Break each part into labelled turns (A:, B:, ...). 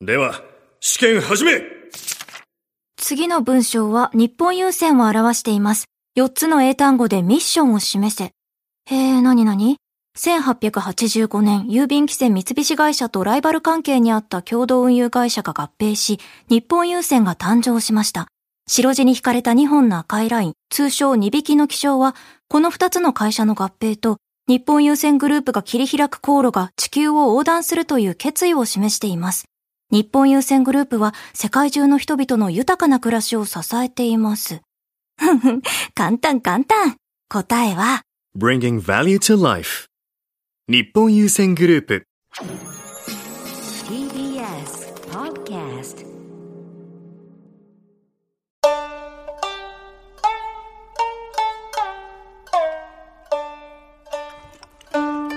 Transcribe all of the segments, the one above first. A: では、試験始め
B: 次の文章は日本郵船を表しています。4つの英単語でミッションを示せ。へえ、なになに ?1885 年、郵便規制三菱会社とライバル関係にあった共同運輸会社が合併し、日本郵船が誕生しました。白地に引かれた2本の赤いライン、通称2匹の気象は、この2つの会社の合併と、日本郵船グループが切り開く航路が地球を横断するという決意を示しています。日本郵船グループは世界中の人々の豊かな暮らしを支えています。 ふんふん、簡単簡単。答えは、
A: !Bringing Value to Life 日本優先グループ
C: TBS Podcast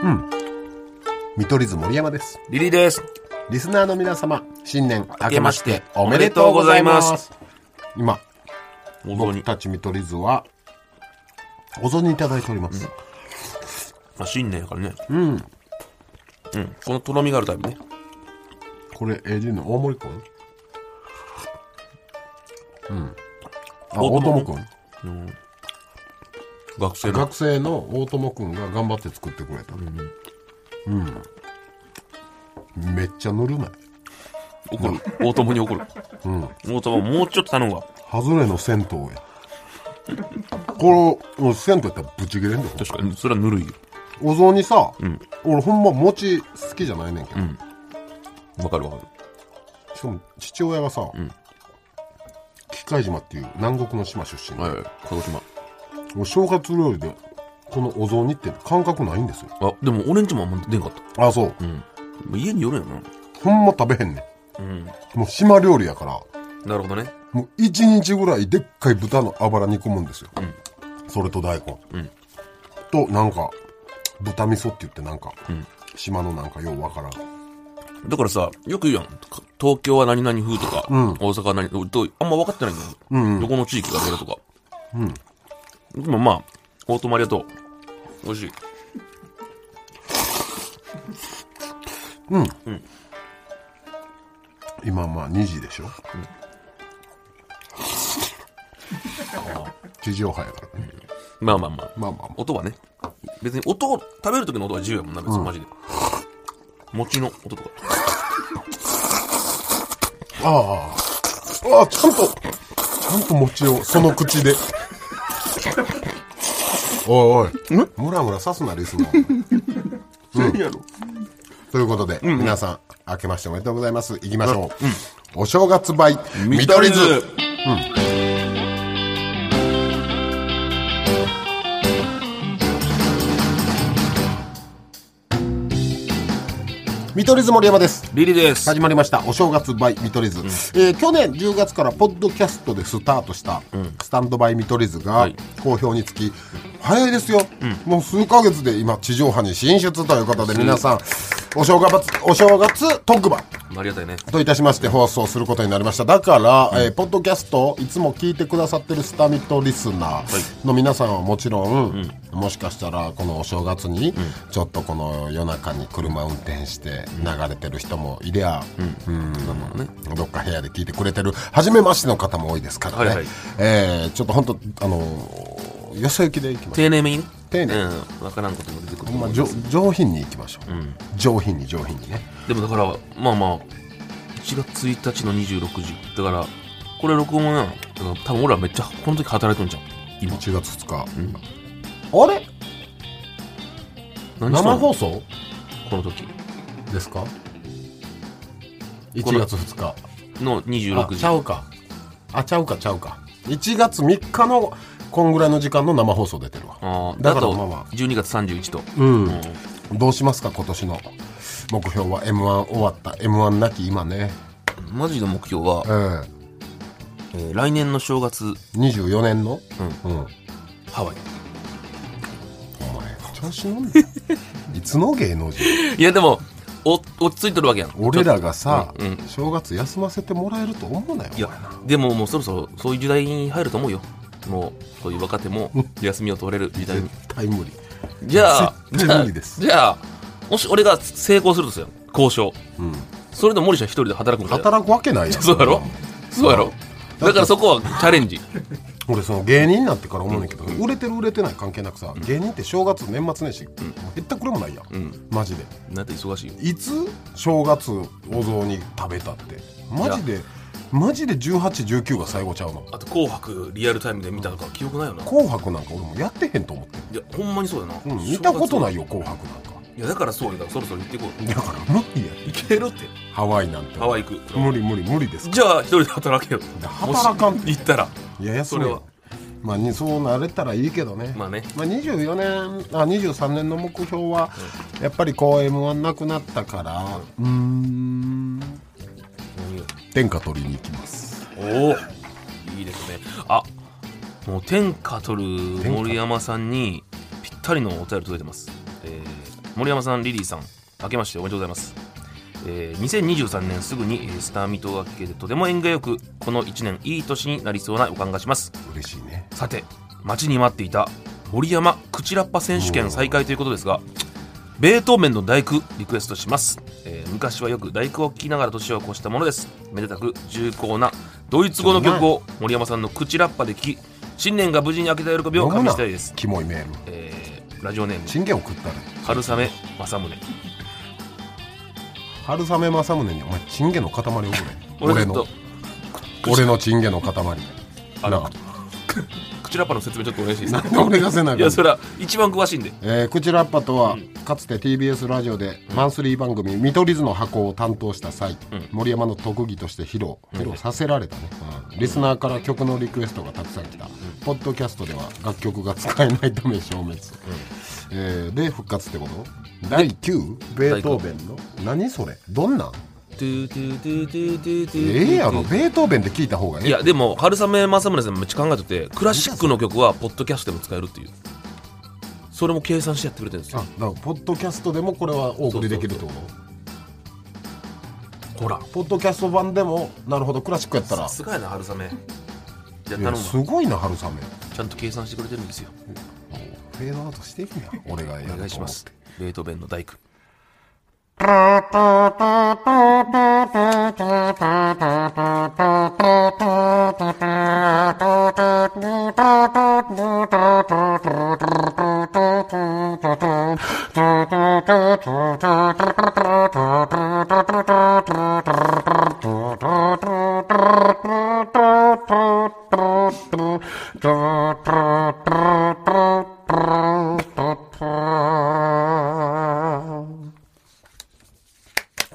D: 「見取り図森山」です
E: リリーです。
D: リスナーの皆様新年明けましてお
E: 明けまして
D: めでとうございま
E: おめ
D: す今
E: 本当
D: 僕
E: に。
D: たち見取り図はお雑煮いただいております、
E: まあ、新年やからね。うん。うん。このとろみがあるタイプね。
D: これ AD の大森くんうんあ
E: 大
D: 大
E: 友
D: 友
E: く
D: く
E: ん
D: ん
E: 学生の。
D: 学生の大友くんが頑張って作ってくれたうん、めっちゃ塗るない
E: 怒る。大友に怒る。うん。大友、もうちょっと頼むわ。
D: 外れの銭湯やこれもう銭湯やったらブチ切れんで
E: 確かに。それはぬるいよ。
D: お雑煮さ、俺ほんま餅好きじゃないねんけど、
E: わかるわか
D: しかも父親がさ、機械島っていう南国の島出身
E: る。
D: で、
E: はいはい。鹿児島。
D: 俺正月料理でこのお雑煮って感覚ないんですよ
E: あ、でも俺んちもあんま出んかった。
D: あそう、
E: うん。家によるんやな。
D: ほんま食べへんね
E: うん。
D: んもう島料理やから
E: なるほどね。
D: もう一日ぐらいでっかい豚のあばら煮込むんですよ、それと大根、
E: ん
D: となんか豚味噌って言ってなんか、島のなんかようわからん
E: だからさ、よく言うやん。か東京は何々風とか、大阪は何々と、あんま分かってないんだよ。どこの地域がどれとか。でもまあ、大友ありがとう。美味しい。
D: 今まあ2時でしょ、地上波やからね、
E: まあまあまあ。
D: まあまあまあ
E: 音はね。別に音を、食べる時の音は自由やもんな、別にマジで。餅の音とか。
D: ああああちゃんとちゃんと餅をその口でおいおいムラムラ刺すなリスナ ーということで、皆さん明けましておめでとうございますいきましょう、お正月バイ 見
E: 見
D: 取
E: 取
D: り
E: り図
D: 図見取り図森山です
E: リリーです。
D: 始まりましたお正月バイ見取り図、えー去年10月からポッドキャストでスタートしたスタンドバイ見取り図
E: は
D: が
E: い
D: 好評につき早いですよ、もう数ヶ月で今地上波に進出ということで皆さんお正月お正月特番
E: ありがたいね。
D: といたしまして放送することになりましただから、えーポッドキャストいつも聞いてくださってるスタミトリスナーの皆さんはもちろん、もしかしたらこのお正月に、ちょっとこの夜中に車運転して流れてる人もいりゃ、うんどっか部屋で聞いてくれてる初めましての方も多いですからね、
E: はいはい
D: えーちょっと本当あのーよそ行きで行きましょう
E: 丁寧めにね。
D: 丁寧
E: うん。わからんことも出てくると
D: ほん
E: 思
D: ま
E: う
D: 上上品に行きましょう、上品に上品にね
E: でもだから、まあまあ、1月1日の26時。だから、これ録音なの。だから多分俺らめっちゃ、この時働いとんじゃん。今。
D: 1月2日、
E: ん
D: あれ
E: 何しとんの
D: 生放送
E: この時。
D: ですか
E: こ
D: 1
E: の
D: 月2日
E: の
D: あ
E: 26時
D: ち。ゃうかあちゃうかちゃうか1月3日のこんぐらいの時間の生放送出てるわ
E: あー
D: だ
E: だ
D: から
E: と
D: まあまあ、
E: 12月31と。
D: うん
E: うん
D: どうしますか今年の目標は m 1終わった m 1なき今ね
E: マジの目標は
D: う、ん
E: えー来年の正月、
D: 24年のうん、
E: ハワイ。
D: お前調子 乗んないつの芸能人
E: いやでも、お、落ち着いとるわけやん。
D: 俺らがさ、
E: うんうん
D: 正月休ませてもらえると思うなよ
E: いや、でももうそろそろそういう時代に入ると思うよ。もう、そういう若手も休みを取れる時代に
D: 絶。対無理
E: じゃあ、
D: 絶対無理です
E: じゃあ、じゃあもし俺が成功するとすよ、交渉。
D: うん
E: それで森下一人で働くんだよ
D: 働くわけないやん
E: そうやろそうやろだからそこはチャレンジ
D: 俺その芸人になってから思うねんけど、売れてる売れてない関係なくさ、芸人って正月年末年始、減ったくれもないやん、マジで
E: なんて忙しいよ
D: いつ正月お雑煮食べたってマジでマジで1819が最後ちゃうの
E: あと「紅白」リアルタイムで見たとか記憶ないよな
D: 「紅白」なんか俺もやってへんと思って
E: いやほんまにそうだな、
D: る、うん、見たことないよ「紅白」なんか
E: いやだからそうよだからそろそろ行っていこう
D: だから無理や
E: 行けるって
D: ハワイなんて
E: ハワイ行く
D: 無理無理無理です
E: じゃあ一人で働けよ
D: 働かん
E: もし行ったら
D: いや安い
E: それは
D: まあにそうなれたらいいけどね
E: まあね
D: まあ、24年あ23年の目標はやっぱりこう m 1なくなったからうーん天下取りに行きます
E: おおいいですねあもう天下取る森山さんにぴったりのお便り届いてます、えー森山さんリリーさん明けましておめでとうございます、えー2023年すぐにえースターミトが聞けてとても縁がよくこの1年いい年になりそうな予感がします
D: 嬉しいね
E: さて待ちに待っていた森山クチラッパ選手権再開ということですがベートーベンの大工リクエストします、えー昔はよく大工を聴きながら年を越したものですめでたく重厚なドイツ語の曲を森山さんのクチラッパで聴き新年が無事に明けた喜びを
D: 飲
E: 感
D: む
E: じ
D: な
E: たいです、
D: キモいメール
E: えーラジオネーム
D: 信玄送ったら
E: 春雨正宗
D: 春雨正宗にお前チンゲの塊を送れ 俺
E: 俺ちょっ
D: の
E: と
D: 俺のチンゲの塊
E: あ
D: な
E: クチラッパの説明ちょっとお願いしていいです
D: なん
E: か
D: で俺がせない
E: やそれは一番詳しいんで
D: えー、クチラッパとは、かつて TBS ラジオでマンスリー番組「見取り図の箱」を担当した際、森山の特技として披露披露させられたね、うんリスナーから曲のリクエストがたくさん来た、ポッドキャストでは楽曲が使えないため消滅、えーで復活ってこと第9ベートーベンの何それどんなん
E: トゥトゥトゥトゥトゥト
D: え
E: ゥ
D: えやろベートーベンで聞いた方がえ
E: い
D: え
E: やでも春雨正宗さんめっちゃ考えててクラシックの曲はポッドキャストでも使えるっていうそれも計算してやってくれてるんです
D: あだ
E: よ
D: からポッドキャストでもこれはお送りできるってこと
E: ほら
D: ポッドキャスト版でもなるほどクラシックやったら
E: さすがやな春雨いや
D: い
E: 頼
D: や
E: む
D: す
E: わ
D: ごいな春雨
E: ちゃんと計算してくれてるんですよ
D: フェードアウトしていくやん俺がや
E: お願いしますベートーベンの大工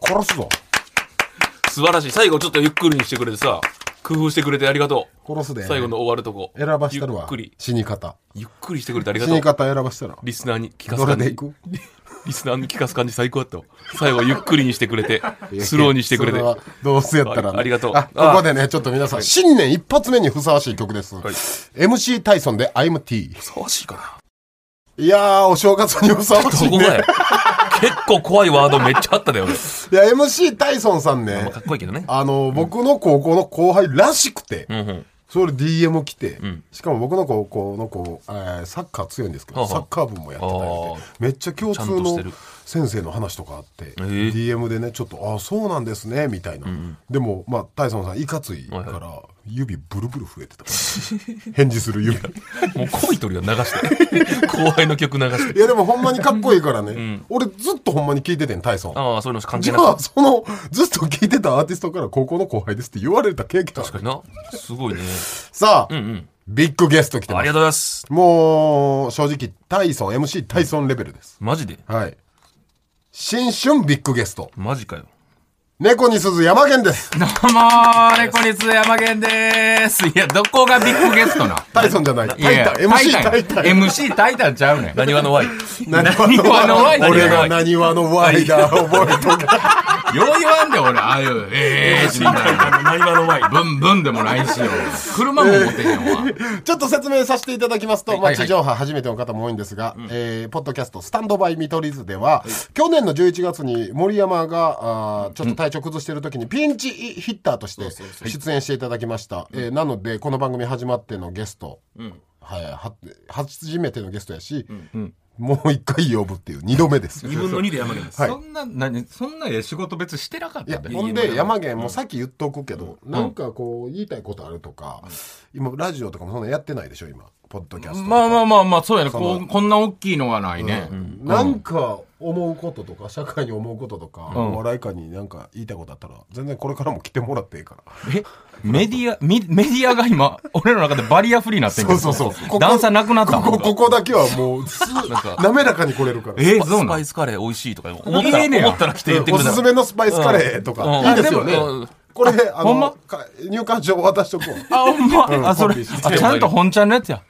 D: 殺すぞ
E: 素晴らしい最後ちょっとゆっくりにしてくれてさ工夫してくれてありがとう
D: 殺すで
E: 最後の終わるとこ
D: 選ばしたるわ
E: ゆっくり
D: 死に方
E: ゆっくりしてくれてありが
D: 死
E: とう
D: に方選ばしたら
E: リスナーに聞か
D: ど
E: す
D: れ
E: 感じ
D: でいく
E: リスナーに聞かす感じ最高だったわ最後ゆっくりにしてくれてスローにしてくれ
D: そ
E: て
D: はどうせやったらね
E: あありが とう
D: あここでねちょっと皆さん新年一発目にふさわしい曲です
E: い
D: MC タイソンで I'm T
E: ふさわしいかない
D: やーお正月にふさわし
E: そ
D: い
E: こ
D: ね
E: がや結構怖いワードめっちゃあっただよ俺
D: いや MC タイソンさん
E: まあ
D: ね
E: かっこいいけどね
D: あの僕の高校の後輩らしくて
E: うんうん
D: それ DM 来て、
E: ん
D: しかも僕の高校の子、えーサッカー強いんですけど、
E: はあはあ
D: サッカー部もやってたりでめっちゃ共通
E: ちゃんとして
D: の
E: る
D: 先生の話とかあって、
E: ええ
D: DM でねちょっと「ああそうなんですね」みたいな、でもまあタイソンさんいかついから、
E: はい
D: 指ブルブル増えてたから返事す る指い
E: もう恋とるよ流して後輩の曲流して
D: やでもほんまにかっこいいからね、俺ずっとほんまに聞いててんタイソン
E: ああそういうの関
D: じ
E: 係
D: ゃ
E: な
D: あ
E: く
D: そのずっと聞いてたアーティストから高校の後輩ですって言われた経験ある
E: 確かになすごいね
D: さあ、
E: うんうん
D: ビッグゲスト来て
E: あ
D: ます
E: りがとうございます
D: もう、正直、タイソン、MC タイソンレベルです。
E: マジで
D: はい。新春ビッグゲスト、
E: マジかよ
D: 猫に鈴山源です。
F: どうもー、レコニス山源です。いや、どこがビッグゲストな
D: タイソンじゃない。 タイタン、MC タイタン。
F: MC タイタンちゃうねん。
E: なにわの Y
F: 何話の Y だよ
D: 俺が何話の Y だ、覚えとけ。
F: よう言わんで俺、ああいう、ええー、みたいな。何話のワイ。ブンブンでもないしよ。車も持ってんやんわ。
D: ちょっと説明させていただきますと、ま
F: は
D: あ、
F: いは
D: 地
F: い
D: 上波初めての方も多いんですが、えーポッドキャスト、スタンドバイ見取り図では、去年の11月に森山が、あーちょっと体調崩してる時にピンチヒッターとして出演していただきました。えーなので、この番組始まってのゲスト、はい、は初めてのゲストやし、
F: うん
D: もう一回呼ぶっていう、二度目ですよ。
E: 二分の二で山源です。
F: そんな、何、そんなええ仕事別してなかっ
D: い
F: た
D: や
F: んだ
D: ほんで山源もさっき言っとくけど、なんかこう言いたいことあるとか、今ラジオとかもそんなやってないでしょ今ポッドキャストとか
F: まあまあまあまあ、そうやね。
D: そ
F: こ
D: の
F: うこんな大きいのがないね。
D: なんか思うこととか社会に思うこととか、
F: ん
D: お笑い界になんか言いたいことあったら全然これからも来てもらっていいから
F: えメディア、みメディアが今、俺の中でバリアフリーになってんけ
D: そう
F: ど。
D: そうそうここ
F: 段差なくなった
D: ここここだけは もうす滑らかに来れるから
F: えー、
E: ス
F: そう
E: パ
F: なん
E: イスカレー美味しいとか思った
F: いいね
E: ら、思ったら来て言ってく
D: お
E: ださ
D: す
E: い
D: す。めのスパイスカレーとか、
E: うん
D: いいですよね、
E: あでもうん
D: これあ
F: ほんま
D: の、か入館証渡しとこう
F: あ、ほんま。あ、それ、
D: コンビして
F: あちゃんと本ちゃんのやつや。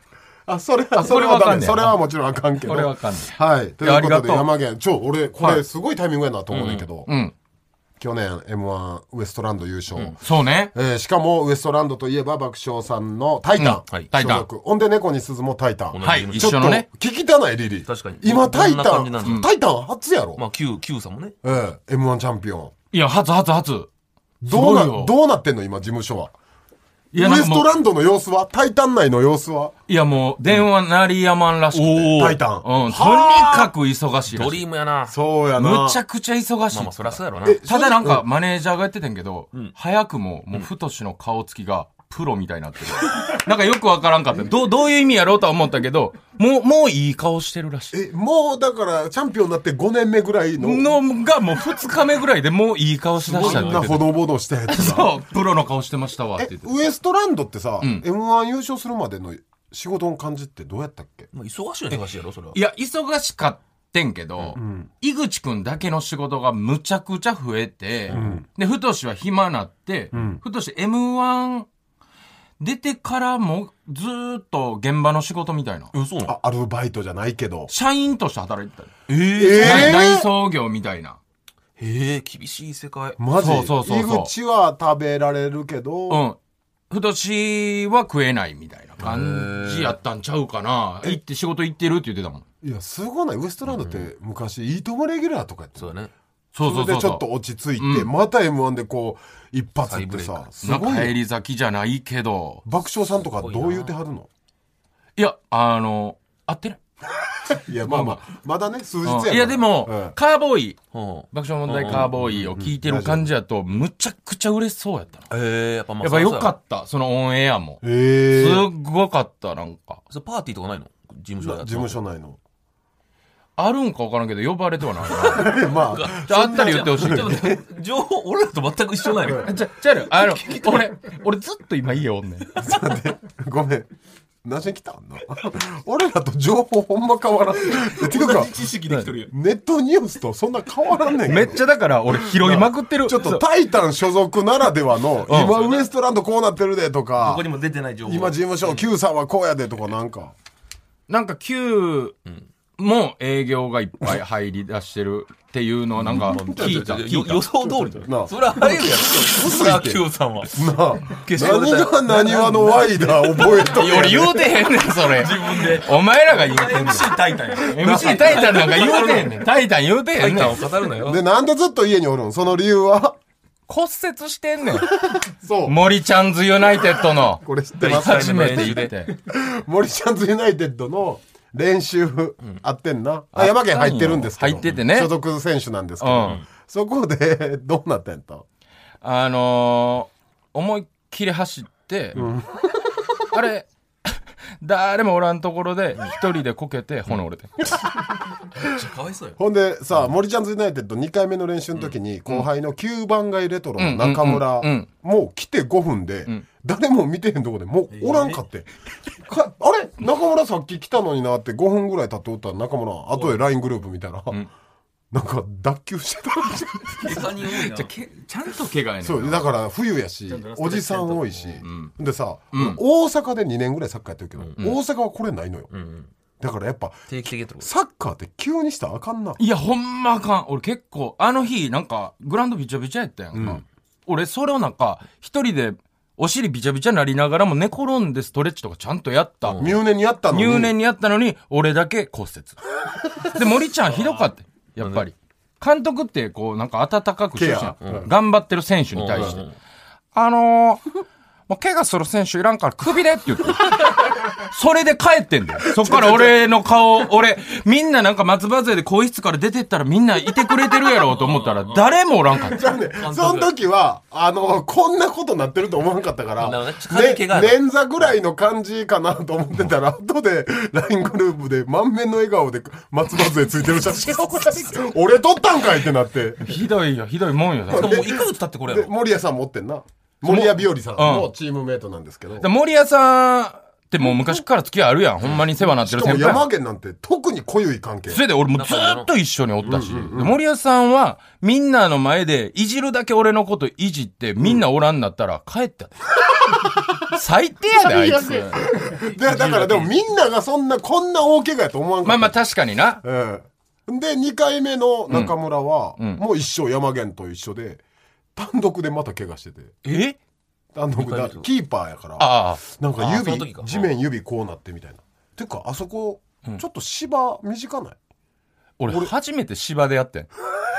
D: あそれは
F: そ
D: そ
F: れ
D: れ
F: は
D: は
F: あか
D: ダ
F: んね
D: メ
F: や
D: それはもちろんあかんけど
F: これはあかんね
D: はい。と
F: いや
D: い
F: あ
D: う
F: り
D: こ
F: が
D: と
F: とう
D: で、山源、超、俺、こ
F: はい
D: れ、すごいタイミングやなと思うねんけど、
F: うん。
D: 去年、M1 ウエストランド優勝。
F: そうね。
D: えーしかも、ウエストランドといえば、爆笑さんのタイタン。
E: うんはい
F: タイタン
D: 所属ほんで、猫に鈴もタイタン。
F: はい。
E: 同じ
D: ち
F: 一
D: ょっと
F: 緒のね。、
D: 聞きたない、リリー。
E: 確かに
D: 今、タイ
E: どんな
D: タ
E: 感じなんですか
D: ン、タイタン初やろ。
E: まあ、Q、Q さんもね。
D: ええ M1 チャンピオン。
F: いや、初、初、初。
D: どうな、
F: すごいよ
D: どうなってんの、今、事務所は。ウエ
F: いや、なんか
D: ス
F: も
D: ト
F: う、
D: ランドの様子はタイタン内の様子はい
F: や、もう、電話鳴りやまんらしくて。
D: タイタン。
F: うん、とにかく忙しいら
E: ド
F: し
E: リ
F: い。
E: ームやな。
D: そうやな。
F: むちゃくちゃ忙しい
E: まあまあ、。そりゃそうやろな。
F: ただなんか、マネージャーが言ってたんやけど、早くも、もう、ふとしの顔つきが、プロみたいになってる。 なんかよくわからんかった。どう、どういう意味やろうとは思ったけど、もう、もういい顔してるらし
D: え、
F: い。
D: もう、だから、チャンピオンになって5年目ぐらいの。
F: のが、もう二日目ぐらいでもういい顔しだし
D: そ
F: たって
D: ん
F: 言
D: な
F: ってた
D: ほどぼどしたやつが。
F: そう、プロの顔してましたわっ
D: え
F: て言ってた。
D: ウエストランドってさ、M1 優勝するまでの仕事の感じってどうやったっけ
E: まあ、忙しいよね、忙しいやろ、それは。
F: いや、忙しかってんけど、井口くんだけの仕事がむちゃくちゃ増えて、で、ふとしは暇なって、ふとし M1 出てからもずーっと現場の仕事みたいな。
E: うん、そうなの
D: あアルバイトじゃないけど
F: 社員として働いてたよ。
E: えー
D: え
F: 大
D: ー
F: 大創業みたいな。
E: えー、厳しい世界。
D: マジ
F: そうそうそうそう
D: 井口は食べられるけど、
F: うん。ふとしは食えないみたいな感じやったんちゃうかな。行って仕事行ってるって言ってたもん。
D: いやすごないウエストランドって昔「いいともレギュラー」とかやってた
E: そうだね。
F: そうそうそうそ
D: れ
F: う。
D: でちょっと落ち着いて、また m 1でこう一発ってさす
F: なん
D: ご
F: か帰
D: いよ
F: り咲きじゃないけど。
D: 爆笑さんとかどう言うてはるの
F: いや、あの、合ってない。
D: いやまあまあまだね数日やから
F: いやでも、
D: うん
F: カーボーイ、
E: うん。
F: 爆笑問題カーボーイを聞いてる感じやと、むちゃくちゃ嬉しそうやったな。
E: えー、やっぱまあ、
F: やっぱ良か
E: っ
F: った、そのオンエアも。
D: え
F: すっ
D: ー、
F: ごかった、なんか。
E: た。パーティーとかないの事務所
D: な
E: で
D: 事
E: やっ
D: 務
E: た
D: 所内の
F: あるんか分からんけど、呼ばれてはないな。
D: えまあ
F: じゃあ、あったり言っ てほしいけど。
E: でも情報、俺らと全く一緒ないの
F: じゃ、じゃあね、あの、俺、俺ずっと今家おんねん。
D: ごめん。何しに来たんの俺らと情報ほんま変わらん。えていうか、
E: 知識できてるやん。
D: ネットニュースとそんな変わらんねんけど
F: めっちゃだから俺拾いまくって る。
D: ちょっとタイタン所属ならではの、今ウエストランドこうなってるでと
E: こ
D: か
E: こ、にも出てない情報。
D: 今事務所 Q さんはこうやでとかなんか。
F: なんか Q も営業がいっぱい入り出してるっていうのをなんか聞いた。
E: よ
F: 聞いた
E: 予想通りだ
D: なあ
E: よ。それはあれやろ。それは Q さ ん
D: な
E: は。
D: あ、
E: 決勝
D: 何
E: で
D: が何話のワイダー覚えと
F: より
D: け。
F: 言うてへんねん、それ。自分で。お前らが言うてんねん。
E: MC タイタン や。
F: MC タイタンなんか言うてへんねん。タイタン言うて
E: タ
F: へ
E: イ
F: んね
E: タンを
F: ん。
E: 語るなよ。
D: で、なんでずっと家におるんその理由は
F: 骨折してんねん。
D: そう。
F: 森ちゃんズユナイテッドの。
D: これ知ってます
F: 初めて言って。
D: 森ちゃんズユナイテッドの練習、あってんな。あ山県入ってるんですけど。
F: 入っててね
D: 所属選手なんですけど。
F: うん
D: そこで、どうなったんやった
F: あのー、思いっきり走って、あれ、 誰もおらんところで、一人でこけて、骨折れて。
E: かわいそうよ。
D: ほんでさ、森ちゃんズユナイテッド2回目の練習の時に、後輩の9番街レトロの中村、
F: うんうんうん
D: もう来て5分で、誰も見てへんとこでもうおらんかって。かあれ中村さっき来たのになって5分ぐらい経っておったら中村、後で LINE グループ見たら、なんか脱臼してたらしい。
E: 他に多いな。
F: けちゃんと怪我やねん
D: そうだから冬やし
E: とラスト
D: おじさん多いし、でさ、大阪で2年ぐらいサッカーやってるけど、大阪はこれないのよ、だからやっぱ
E: 定期的やってこと
D: サッカーって急にしたらあかんない
F: や、ほんまあかん。俺結構、あの日、なんか、グラウンドびちゃびちゃやったやんか。俺、それをなんか、一人で、お尻びちゃびちゃなりながらも寝転んでストレッチとかちゃんとやった。
D: 入念にやったのに
F: 入念にやったのに、俺だけ 骨折。で、森ちゃんひどかった。やっぱり。監督って、こう、なんか温かくしてるじゃん
D: ケアうん
F: 頑張ってる選手 に対して。あのー、もう怪我する選手いらんから首でって言って。それで帰ってんだよ。そっから俺の顔、俺、みんななんか松葉杖で更衣室から出てったらみんないてくれてるやろうと思ったら、誰もおらんかった。
D: その時は、あの、こんなことなってると思わなかったから、
E: なるほどね軽い怪我だ
D: ね捻挫ぐらいの感じかなと思ってたら、後で LINE グループで満面の笑顔で松葉杖ついてる写真俺撮ったんかいってなって。
F: ひどいよ、ひどいもんよ。だか
E: しからももういくつ経ってこれや
D: で、
E: ろ。
D: 森谷さん持ってんな。森谷日和さんのチームメイトなんですけど。
F: ら森谷さんってもう昔から付き合いあるやん。ほんまに世話になって
D: し
F: る
D: かも
F: 先輩。
D: 山県なんて特に濃ゆい関係。
F: それで俺もずっと一緒におったし、で森谷さんはみんなの前でいじるだけ俺のこといじってみんなおらんなったら帰った。 最低やであいつ。
D: で、だからでもみんながそんな、こんな大怪我やと思わん
F: ま
D: か
F: あ
D: った。
F: まあ確かにな。
D: ええで、2回目の中村は、もう一生山源と一緒で、単独でまた怪我してて。
F: え
D: 単独
E: 二回目
D: だ
E: ってこと
D: キーパーやから、
F: ああ。
D: なんか
E: あーその時
D: 指
E: か、
D: 地面指こうなってみたいな。てか、あそこ、ちょっと芝短ない
F: 俺初めて芝でやってん。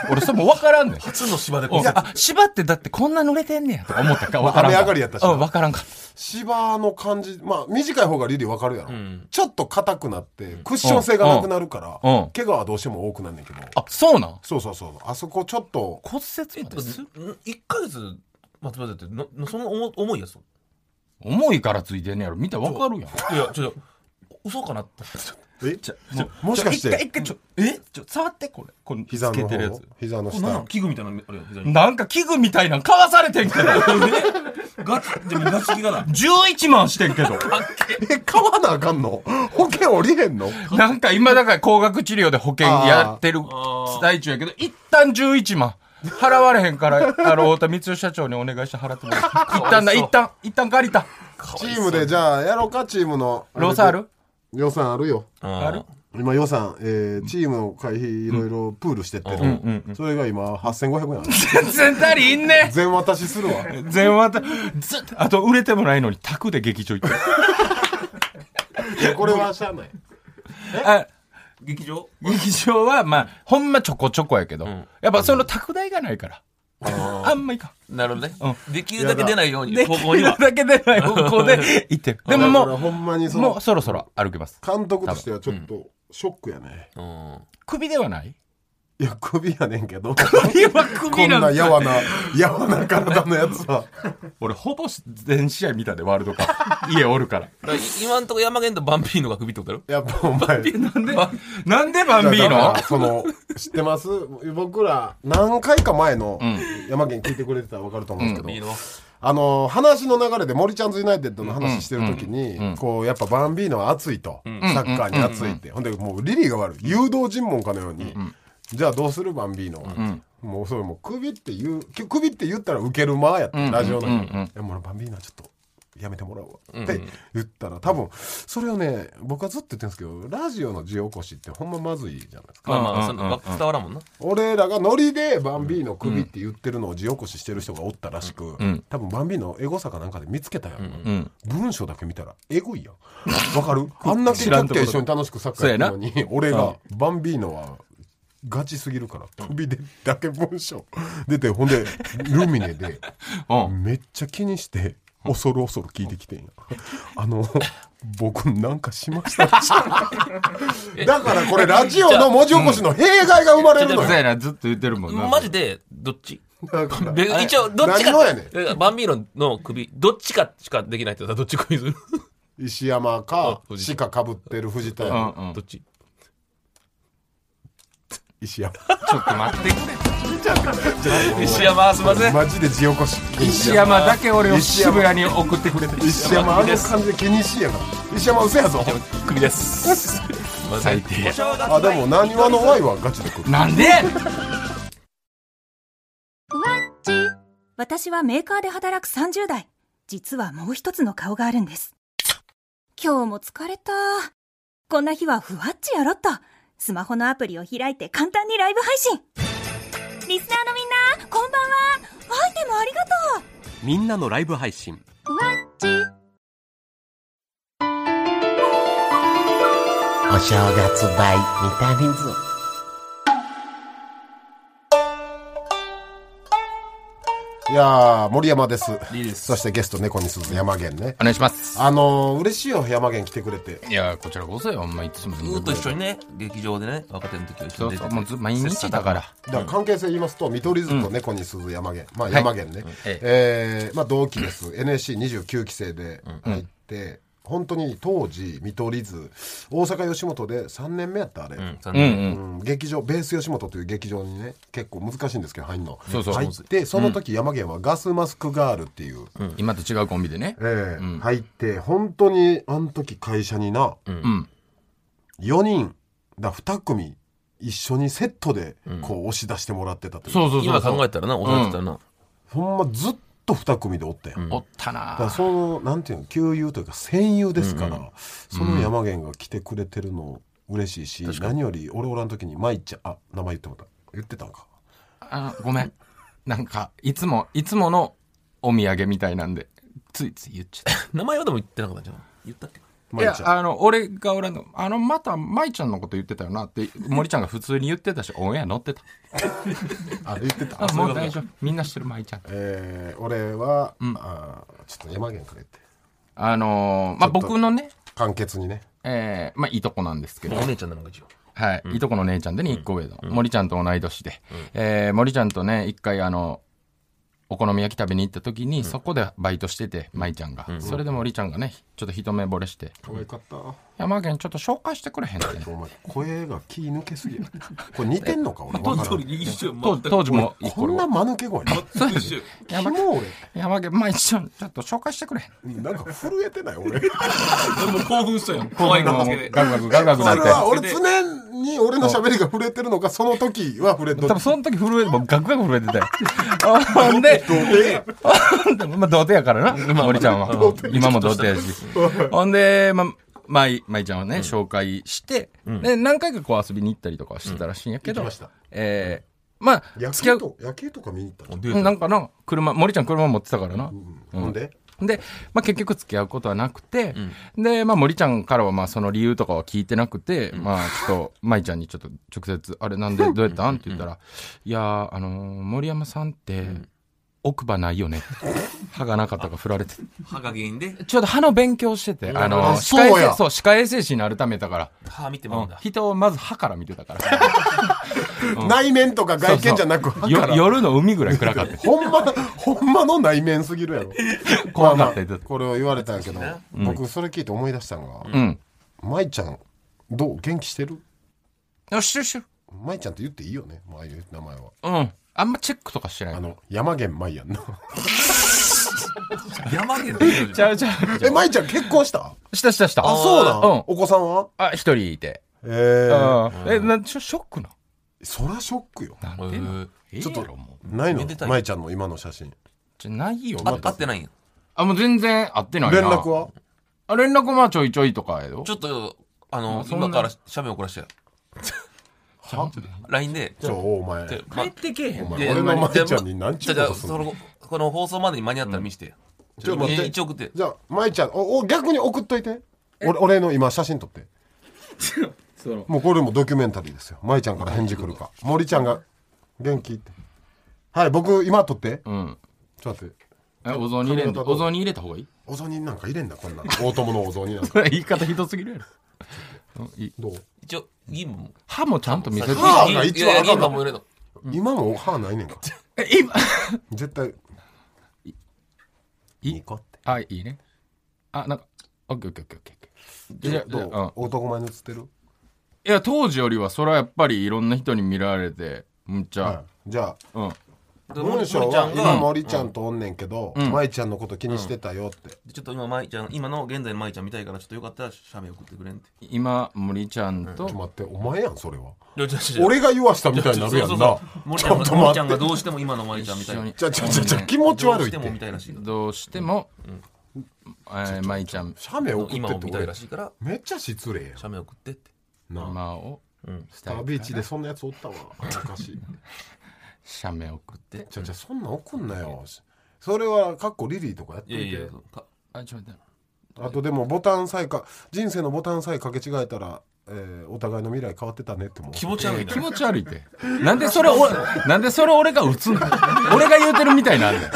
F: 俺それもう分からん ねん。
E: 初の芝でこ
F: お
E: う。
F: あ、芝ってだってこんな濡れてんねやとか思ったか分から
D: まあ
F: ん
D: 雨
F: か。
D: 上がりやったしな
F: うん、分からんか。
D: 芝の感じ、まあ短い方がリリーわかるやろ
E: ん。
D: ちょっと硬くなって、クッション性がなくなるから
F: うんうん、
D: 怪我はどうしても多くなんねんけど。
F: あ、そうなん
D: そうそうそう。あそこちょっと、
F: 骨折までする
E: 1ヶ月松葉杖ってな、なそんな重重いやつ
F: 重いからついてんねやろ。見たら分かるやん。
E: いや、ちょっと、嘘かなって。ちょ
D: え
E: ちょ
D: ももしかし
F: ちょ一回、
D: て、
F: 一回、ちょ、えちょ、触って、これ。この、
D: 膝
F: つけ
D: の
F: てるや
D: 方
F: つ。
D: 膝の
E: これなんな
D: 下
E: の。器具みたいなのあるやん。膝に
F: なんか器具みたいなん買わされてんけど。
E: ガチ、でもガチ気がない。
F: 11万してんけど。
D: え、買わなあかんの保険降りへんの
F: なんか今だから高額治療で保険やってる
E: ー
F: 最中やけど、一旦11万。払われへんから、あの、太田光代社長にお願いして払ってもらう。一旦だ、一旦、一旦借りた。
D: チームでじゃあやろうか、チームの。
F: ロサール
D: 予算あるよ。
E: ある
D: 今予算、えーチームの会費いろいろプールしてってる、それが今8500円ある
F: 全然足りんね
D: 全渡しす るわ
F: 全また、ずっとあと売れてもないのに、タクで劇場行ってる。
D: いやこれはしゃあない
F: あ
E: 劇場
F: 劇場は、まあ、ほんまちょこちょこやけど、やっぱその拓大がないから。あんまいかん。
E: なるほどね。できるだけ出ないように、高校に
F: で
E: は
F: き。るだけ出ない方向で 行ってる。でも
D: だから
F: も
D: ほんまに
F: う、
D: そ
F: も
D: の
F: うそろそろ歩きます。
D: 監督としてはちょっとショックやね、
E: うん
F: 首ではない
D: いや首やねんけど
F: 首は
D: こ
F: 首
D: んなやわなやわな体のやつは
F: 俺ほぼ全試合見たで、ワールドカッ プ。家おるから。
E: だからい今んとこ山源とバンビーノが首ってこと
D: や
E: やろ
D: っぱお前
F: なんで、なんでバンビー
D: だか
F: ノ
D: らその知ってます僕ら何回か前の山県聞いてくれてたら分かると思うんですけど、
E: ビーノは
D: あの話の流れで森ちゃんズユナイテッドの話してる時に、こうやっぱバンビーノは熱いと、サッカーに熱いって、ほんでもうリリーが悪い誘導尋問かのように、じゃあどうするバンビーノは、もうそれもう首って言うき首って言ったらウケるまーやって、ラジオ内で、いやもうバンビーノはちょっと。やめてもらうわって言ったら多分それをね僕はずっと言ってるんですけどラジオの字起こしってほんままずいじゃないですか
E: まあまあ、その伝わらんもんな。
D: 俺らがノリでバンビーの首って言ってるのを地起こししてる人がおったらしく、多分バンビーのエゴさかなんかで見つけたやん、文章だけ見たらエゴいやんわか るあんなキ
F: 知ら
D: ャ
F: ん
D: プ
F: と
D: テ
F: こ
D: ン
F: ろ
D: 一緒に楽しくサッカーやったのに 俺がバンビーノはガチすぎるから首でだけ文章出てほん でルミネで
F: うん。
D: めっちゃ気にして恐る恐る聞いてきてんやあの僕なんかしましたでし ょだからこれラジオの文字起こしの弊害が生まれるの
F: そう
D: よ
F: やな、ずっと言ってるもんな。
E: マジで、どっち
D: だから
E: べ一応、どっち
D: 何の
E: か
D: やね、
E: えバンビーノの首、どっちかしかできないって言ったらどっちクイズ
D: 石山か
E: あ藤
D: しかかぶってる藤田や
F: う
D: ろ
F: んうん。
E: どっち
D: 石山
F: ちょっと待ってく
E: 石山、すいません。
D: マジで地起 こし
F: れ。石山だけ俺を渋谷に送ってくれてる。
D: 石山あの感じで気にしいやから石山嘘やぞ
E: 首です。
F: 最低。
D: あでもなにわの Y はガチで来る
F: なんで
G: 私はメーカーで働く30代。実はもう一つの顔があるんです。今日も疲れた。こんな日はふわっちやろっと。スマホのアプリを開いて簡単にライブ配信。リスナーのみんな、こんばんは。アイテムありがとう。
H: みんなのライブ配信
I: お正月バイ見取り図
D: いいやー森山です
F: リーです
D: そしてゲスト猫に鈴山源ね
F: お願いします。
D: あのー、嬉しいよ山源来てくれて
F: いや、こちらこそよ。ほんまいつも。
E: ずーっと一緒にね、劇場でね、若手の時は一緒
F: そ
E: に
F: う
E: 出て
F: そう。
E: て
F: もうず毎日だから。
D: だから関係性言いますと見取り図と猫に鈴山源、まあ山源ね、
F: え
D: えーまあ、同期です NSC29 期生で入って、本当に当時見取り図大阪吉本で3年目やったあれ、
E: うん、
F: うんう
E: 3
F: ん。
D: うん劇場ベース吉本という劇場にね結構難しいんですけど入んの
F: そうそう
D: 入ってその時山源はガスマスクガールっていう、
F: 今と違うコンビでね。
D: えー入って本当にあの時会社にな、
F: うん。
D: 4人だ2組一緒にセットでこう押し出してもらってたという、
F: そうそうそう。
E: 今考えたらな、抑えてたらな。
D: ほんまずっと2組でおったやん、
F: おった
D: だから
F: な
D: そのなんていうの旧友というか戦友ですから、その山源が来てくれてるの嬉しいし、何より俺おらん時に舞ちゃんあ名前言ってもらった言ってたんか
F: あごめん。なんか、いつも、いつものお土産みたいなんで、ついつい言っちゃ っ
E: 名前はでも言ってなかったんじゃん。言ったっけ
F: た。い
D: 舞
F: や
D: ち、ゃん
F: あの、俺が俺の、あの、また、舞ちゃんのこと言ってたよなって、森ちゃんが普通に言ってたし、オンエア乗ってた。
D: あ言ってた
F: あ、もう大丈夫。みんな知ってる舞ちゃん。
D: えー、俺は、あーちょっと山源から言って
F: あのーまあ、僕のね、
D: 簡潔にね
F: えー、まあ、いとこなんですけど
E: お、姉ちゃんなのが一応。
F: はい、いとこの姉ちゃんでね、一個上の、森ちゃんと同い年で、えー森ちゃんとね、一回あの、お好み焼き食べに行った時に、そこでバイトしてて、舞ちゃんが。それで森ちゃんがね、ちょっと一目惚れして、
D: 可愛かったお
F: 山源ちょっと紹介してくれへんって。
D: 前声が気抜けすぎやこれ似てんのか俺分からん
E: 一緒、
F: 当当時も一
D: こ
F: 個
D: んな
F: 上。
D: 間抜け声キ
E: 一緒。
D: モ俺
F: 山源、舞ちゃん、ちょっと紹介してくれへん。
D: なんか震えてない 俺
E: もう興奮したやん。怖い
F: もうガクガクガクガク
D: それ
F: なっ
D: は俺常に俺の喋りが震えてるのかその時は震えて
F: て。
D: る
F: 多分その時震えて、もうガクガク震えてたよ。 ほんで、
D: え
F: でもまあ童貞やから な、森ちゃんは。今も童貞やし。ほんで、まあ、舞、舞ちゃんはね、紹介して、で、何回かこう遊びに行ったりとかはしてたらしいんやけど、
D: うん行きました
F: えーまあ、
D: 野
F: 付き合
D: 球
F: う、
D: と野球とか見に行ったの
F: うんなんかな、車、森ちゃん車持ってたからな。
D: ほんで
F: で、まあ、結局付き合うことはなくて、で、まあ、森ちゃんからはまあその理由とかは聞いてなくて、まあちょっと舞ちゃんにちょっと直接「あれなんでどうやったん?」って言ったら「いやーあのー森山さんって奥歯ないよね」歯がなかったから振られて
E: 歯が原因で、
F: ちょうど歯の勉強してて、あのー
D: あ
F: 歯科衛
D: そうや
F: 生そう歯科衛生士になるためだから、
E: 歯見て
F: う
E: も
F: ん
E: んだ。
F: 人をまず歯から見てた から
D: 内面とか外見じゃなく
F: そうそうよ夜の海ぐらい暗かった
D: ほんま、ほんまの内面すぎるやろ。
F: 怖かったよ
D: まあまあこれを言われたんやけど、僕それ聞いて思い出したの
F: う
D: が、
F: ん
D: 舞ちゃん、どう元気してる
F: よしよしよし
D: 舞ちゃんって言っていいよね、もうああいう名前は。
F: うんあんまチェックとかしてない
D: あの、山源舞 やんな。
E: 山 毛って言うのじ
F: ちゃうちゃう
D: え、舞ちゃん結婚した
F: したしたした
D: あ、そうなん
F: うん
D: お子さんは
F: あ、一人いて。
D: えー、
F: え、なんショショックな。
D: そらショックよ。
F: なん
E: ゃん
F: で
E: へ
F: な
E: ー
F: ちょっと、ええやろもう
D: ないの
E: めでたい
D: 舞ちゃんの今の写真。
F: じゃないよ。
E: あ合ってないんや。
F: あ、もう全然会ってないな。
D: 連絡は
F: あ連絡まあちょいちょいとかやろ。
E: ちょっと、あの、
F: そんな
E: 今から写メ送らして や。LINE で。
D: ちょ、お前。
E: でま
F: てけへ
D: お
F: ん
D: 前、俺の舞ちゃんに何ちゅう
E: じゃ
D: こ
E: あ
D: とす
E: じゃあ
D: ん
E: そ
D: の
E: の、この放送までに間に合ったら見せて。
D: ちょっと待って
E: 一応送って。
D: じゃあ、舞ちゃん、お、お逆に送っといて。俺、俺の今写真撮って。もうこれもドキュメンタリーですよ。舞ちゃんから返事来るか。森ちゃんが、元気って。はい、僕、今撮って。
F: うん。
D: ちょっと待って。
F: えお雑煮入れん
D: 髪型どう
F: お雑煮入れた方がいい
D: お雑煮なんか入れんな、こんなの。大友のお雑煮 なんか。
F: 言い方ひどすぎるやろ。うんいい
D: どう
E: 一応、銀も。
F: 歯もちゃんと見せて。
D: 歯が一応
E: いやい
D: 赤
E: や銀
D: が
E: 歯も入れろ。
D: 今も歯ないねんか。
F: え今。
D: 絶対。
F: い
D: ニコって。
F: あ、いいね。あ、なんか、オッケーオッケーオッケーオッケーオッケー。いや、
D: ど
F: じゃあうん
D: う男前に映ってる
F: いや、当時よりはそれはやっぱりいろんな人に見られて、むっちゃ
D: は、い。じゃあ、
F: うん。
D: 文章は今森ちゃんとおんねんけど、舞ちゃんのこと気にしてたよって。
E: ちょっと今、舞ちゃん、今の現在の舞ちゃん見たいから、ちょっとよかったら写メ送ってくれんって。
F: 今、森ちゃんと
D: ちょ、っと待って、お前やん、それは。
E: いやちょちょちょ
D: 俺が言わしたみたいになるやんな。
E: 森
D: ち
E: ちゃ
D: ょ
E: ん
D: っ
E: が
D: と
E: 森ち
D: 待
E: ゃ
D: っ
E: ん
D: て
E: が。どうしても今の舞ちゃんみたいな。
D: ちゃちゃちゃちゃ気持ち悪いっ
E: どうしても見
D: て。
E: たいらしいから。
F: どうしても、えー、舞ちゃん、
D: 写メ送って
E: 今を
D: って
E: 見たいら
D: 俺
E: しいから、
D: めっちゃ失礼や
E: 写メ送ってって。
D: ん。なあ。
F: 今を、ス
D: スタービーチでそんなやつおったわ。昔。
F: 写メ送って。
D: ちゃちゃそんなん送んなよ。それは、かっこリリーとかやっ
E: い
D: て
E: や
D: い
E: いや
D: て。、
E: か
F: あ、ちょっと待って。
D: あとでもボタンさえか、人生のボタンさえかけ違えたら、えーお互いの未来変わってたねってもう
E: 気持ち悪いな
F: 気。持ち悪いって。なんでそれ俺、なんでそれ俺が打つの俺が言うてるみたいなんだよ。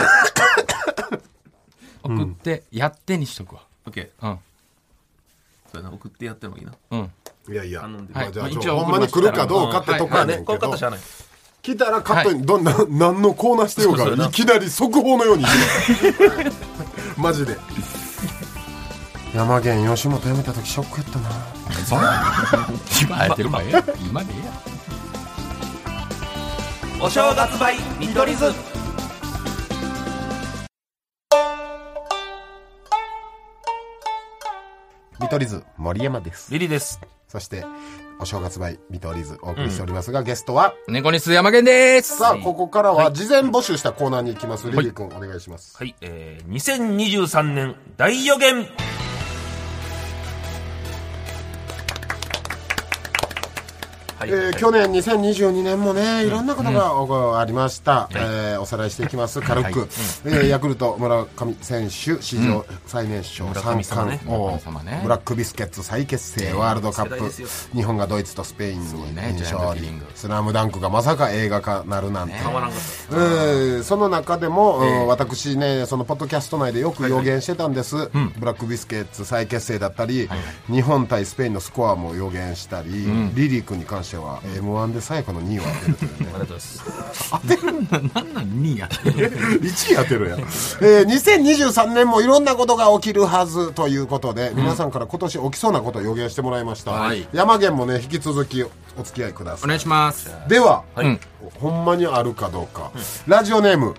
F: 送って、やってにしとくわ。
E: オッケー。
F: うん。
E: そうやな送ってやってもいいな。
F: うん。
D: いやいや、
E: んで
D: まあじゃあ、
F: はい
D: ちょ
F: 一応
D: ほんまに来るかどうかってとこ
E: ま
D: や
E: あ
D: ね
E: ね、
D: ん
E: こ
D: け
E: うか
D: ど、
E: ったしゃあない。
D: 来たらカットにどんな、何のコーナーしてよう
E: そうそ
D: が
E: うやない
D: きなり速報のように 行くマジで山源吉本辞めた時ショックやったな
F: そんな今会えてる前や。今でええや。
E: お正月バイ見取り図
D: 見取り図森山です
E: リリーです。
D: そしてお正月バイ見取り図お送りしておりますが、ゲストは
F: 猫にす山源です。
D: さあここからは事前募集したコーナーに行きます、リリー君お願いします
E: はい、えー、2023年大予言はい、
D: えー去年2022年もねいろんなことがおありました、えーおさらいしていきます軽く、えーヤクルト村上選手史上最年少
E: 村
D: 三
E: 上様ね
D: 冠王、
F: 村上様ね
D: ブラックビスケッツ再結成ワールドカッ
E: 世代ですよ
D: プ日本がドイツとスペインに
F: ねジャイアント
D: 勝
F: キ
D: 利
F: リング
D: スラムダンクがまさか映画化なるなんて、
E: たまらんかった。
D: えーその中でも、うん私ねそのポッドキャスト内でよく予言してたんです、ブラックビスケッツ再結成だったり、日本対スペインのスコアも予言したり、リリー君に関しては m 1で最後の2位を当てるというね
E: ありがとうございます。
F: なんなんに や。
D: 1位当てるやん、えー2023年もいろんなことが起きるはずということで、皆さんから今年起きそうなことを予言してもらいました、
F: はい
D: 山源もね引き続きお付き合いくだ
F: お
D: さい
F: 願いします。
D: では、
F: うん
D: ほんまにあるかどうか、ラジオネーム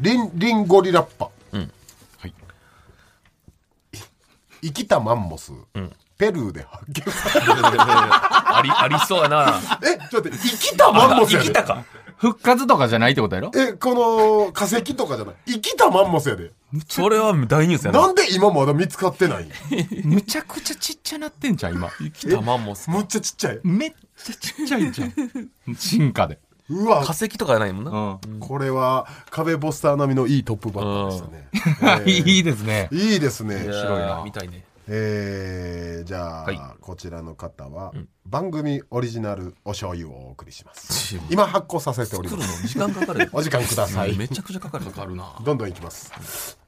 D: リンリンゴリラッパ、
F: はい
D: 生きたマンモス、ペルーで発見 され
E: あり、ありそうやな。
D: たえちょっと待って生きたマンモスや
E: 生
D: で
E: きたか。
F: 復活とかじゃないってことやろ
D: えこの化石とかじゃない生きたマンモスやで
E: それは大ニュースやな。
D: なんで今まだ見つかってない
F: むちゃくちゃちっちゃなってんじゃん、今。
E: 生きたマンモス。
D: むっちゃちっちゃい
F: めっちゃちっちゃいじゃん。進化で。
D: うわ
E: 化石とかじゃないもんな。
D: これは壁ポスター並みのいいトップバッターでしたね、えー
F: いいですね。
D: いいですね
E: 白いな。みたいね。
D: えー、じゃあ、
E: はい
D: こちらの方は、番組オリジナルお醤油をお送りします今発行させており
E: 来る
D: ま
E: の
D: す
E: 時間かかる。
D: お時間ください
E: めちゃくちゃかかる。かかるな。
D: どんどんいきます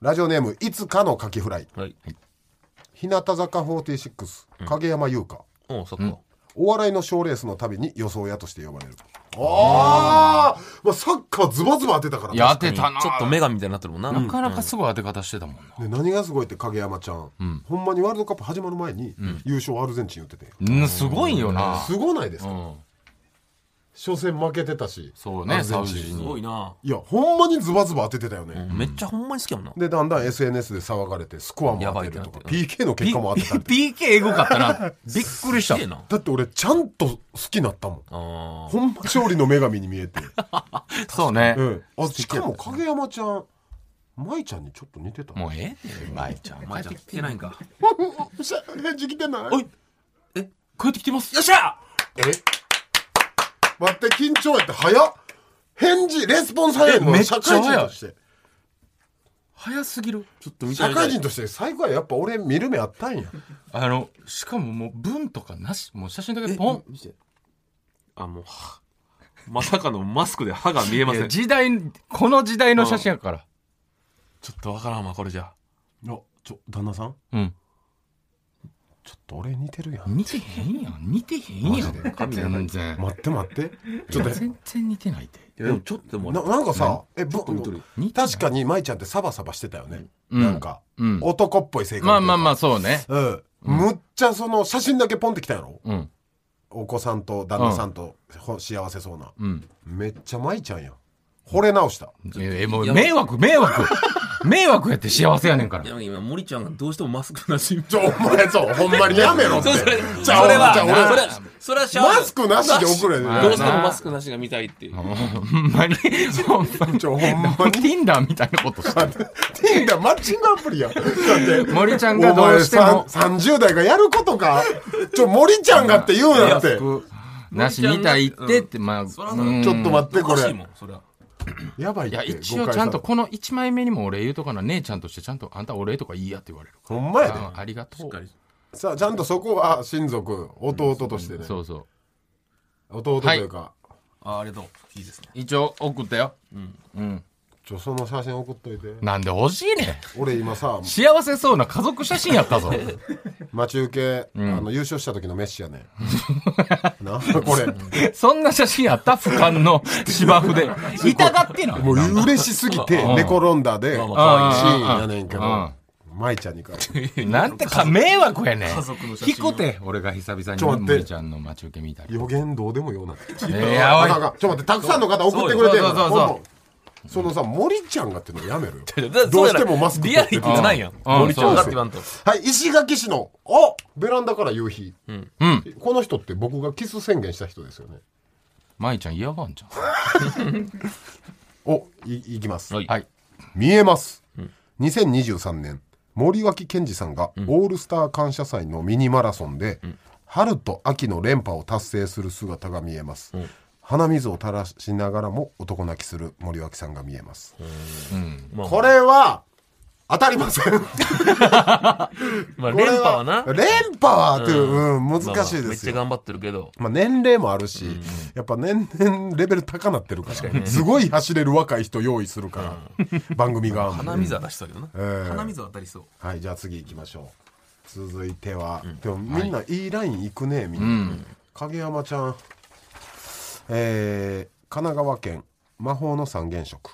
D: ラジオネームいつかのカキフライ
E: はい。
D: 日向坂46影山優香、
E: おうそっか。
D: お笑いの賞ーレースのたびに予想屋として呼ばれるああ、まあ、サッカーズバズバ当てたからね
F: やってたな。
E: ちょっと女神みたいになってるもんな。
F: なかなかすごい当て方してたもん
D: で何がすごいって影山ちゃん、ほんまにワールドカップ始まる前に優勝アルゼンチン言ってて、
F: な。うん、すごいよな。
D: すごないですか、
F: うん。
D: 初戦負けてたし
F: そう
D: ア
F: ね、
D: ルゼ
F: サ
D: ン
F: ウ
D: チン
F: ジ
E: すごい
F: に。
E: な。
D: いやほんまにズバズバ当ててたよね、
E: めっちゃほんまに好きやもんな。
D: でだんだん SNS で騒がれてスコアも当てるとか
E: やばい
D: PK の結果も当てたり
F: PK エグかった な。びっくりした
E: すげえ。な。
D: だって俺ちゃんと好きになったもん
E: あ
D: ほんま勝利の女神に見え て、
F: そうね
D: う。ん、あしかも影山ちゃん舞ちゃんにちょっと似てた
F: もうええって、舞ちゃん。
E: あ。まあじゃあ、来てないんか。
D: しゃ返事来てない
E: おい帰ってきてます。よっしゃ
D: え待って緊張やって早っ返事レスポンス早いの
F: えめっちゃ
D: 社会人として
F: 早すぎる。
E: ちょっと見た
D: 社
E: い。
D: 会人として最後はやっぱ俺見る目あったんや
F: あの、しかももう文とかなし。もう写真だけポン。
E: あ、もう、はまさかのマスクで歯が見えま
F: い
E: せ
F: や
E: ん。ち
F: 時代、この時代の写真やから。
E: ょっとわからんわ、これじゃ。
D: あちょ旦那さん
F: うん。
D: ちょっと俺似てるやん
F: 似てへんやん。似てへんやん。全然。
D: 待って待ってちょっと
F: 全然似てないで。
E: いや、でもちょっとも
D: ななんかさえぶ
E: 似てる
F: 似てない
D: 確かに舞ちゃんってサバサバしてたよね、
F: うん
D: なんか、
F: うん
D: 男っぽい性格
F: まあまあま
D: あ
F: あ、そうね。
D: うん、むっちゃその写真だけポンってきたやろ
F: うん。
D: お子さんと旦那さんと、ほ幸せそうな、
F: うん。
D: めっちゃ舞ちゃんやん惚れ直した
F: え、えもう、迷惑、迷惑。迷惑やって幸せやねんから
E: い。や、今、森ちゃんがどうしてもマスクなしみ
D: ちょ、お前そう、ほんまにやめろって。
E: それ
D: じ
E: そ
D: ゃあ
E: れは
D: じゃあ俺
E: それはそれはしゃあない
D: マスクなしで送れね。
E: どうしてもマスクなしが見たいっていう
F: ほんまに、ほんまに。
D: ちょ、ほんまに。
F: Tinder みたいなことしてる。
D: ティンダマッチングアプリやん。だって。
F: 森ちゃ
D: お
F: んがどうしても
D: 前、さん30代がやることかちょ、森ちゃんがって言うなって。ちょ
F: なしみたいってって、まあ、ちょっ
D: っと待って、こ
E: おかしい
D: れ
E: も。んそれは
D: やばいっ
F: いや、
D: て。
F: 一
D: 誤
F: 応
D: 解
F: ち
D: さ
F: ゃ
D: れ
F: んと。この1枚目にもお礼言うとかな、姉ちゃんとしてちゃんと、あんたお礼とかいいやって言われる。
D: ほんまやで。
F: あありがとう。
D: さあちゃんとそこは親族弟としてね、
F: そうそう。
D: 弟というか、
E: あありがとういいですね
F: 一応送ったよ。
D: ちょその写真送っといて
F: なんで欲しいねん。
D: 俺今さ
F: 幸せそうな家族写真やったぞ。
D: 待ち受け、あの優勝した時のメッシやねなん かこれ
F: そんな写真やった俯瞰の芝生で。痛がってな。
D: もう嬉しすぎて寝転んだでシ
E: まあ可愛いし
D: ーンやねんけ
F: う
D: ど舞ちゃんにから
F: なんてか迷惑やねん。
E: 族の写
F: 引こて、俺が久々
D: ちょ
F: に
D: 待って
F: むりちゃんの待ち受け見たり。
D: 予言どうでもようなって
F: えーやばい
D: あかんあかんちょっと待ってたくさんの方送ってくれてる
F: そうそうそうそう
D: ほんとそのさ森ちゃんがっていうのやめろ よ
E: だ
D: どうしてもマスク
E: リアリティがないやん
F: うん
E: 森ちゃんが
D: そう
E: って言わんと
D: はい石垣市のあベランダから夕日、
F: うん。
D: この人って僕がキス宣言した人ですよね
F: 舞ちゃん嫌がんじゃ
D: おいいきます、
E: はい
F: ん。はい。
D: 見えます、2023年森脇健児さんがオールスター感謝祭のミニマラソンで、春と秋の連覇を達成する姿が見えます、鼻水を垂らしながらも男泣きする森脇さんが見えます、
E: まあ
D: これは当たりません
E: まあ 連覇はな
D: これは連覇はっていう、うん難しい
E: まあまあ
D: で
E: めっ
D: すよ、
E: ちゃ
D: まあ
E: 頑張ってるけど
D: 年齢もあるし、やっぱ年々レベル高なってるからすごい走れる若い人用意するから、番組側も
E: 鼻水は出しそうやけど
D: ええ
E: な鼻水は当たりそう
D: はいじゃあ次行きましょう続いては、でもみんないいライン行くねみんな、影山ちゃんえー、神奈川県魔法の三原色、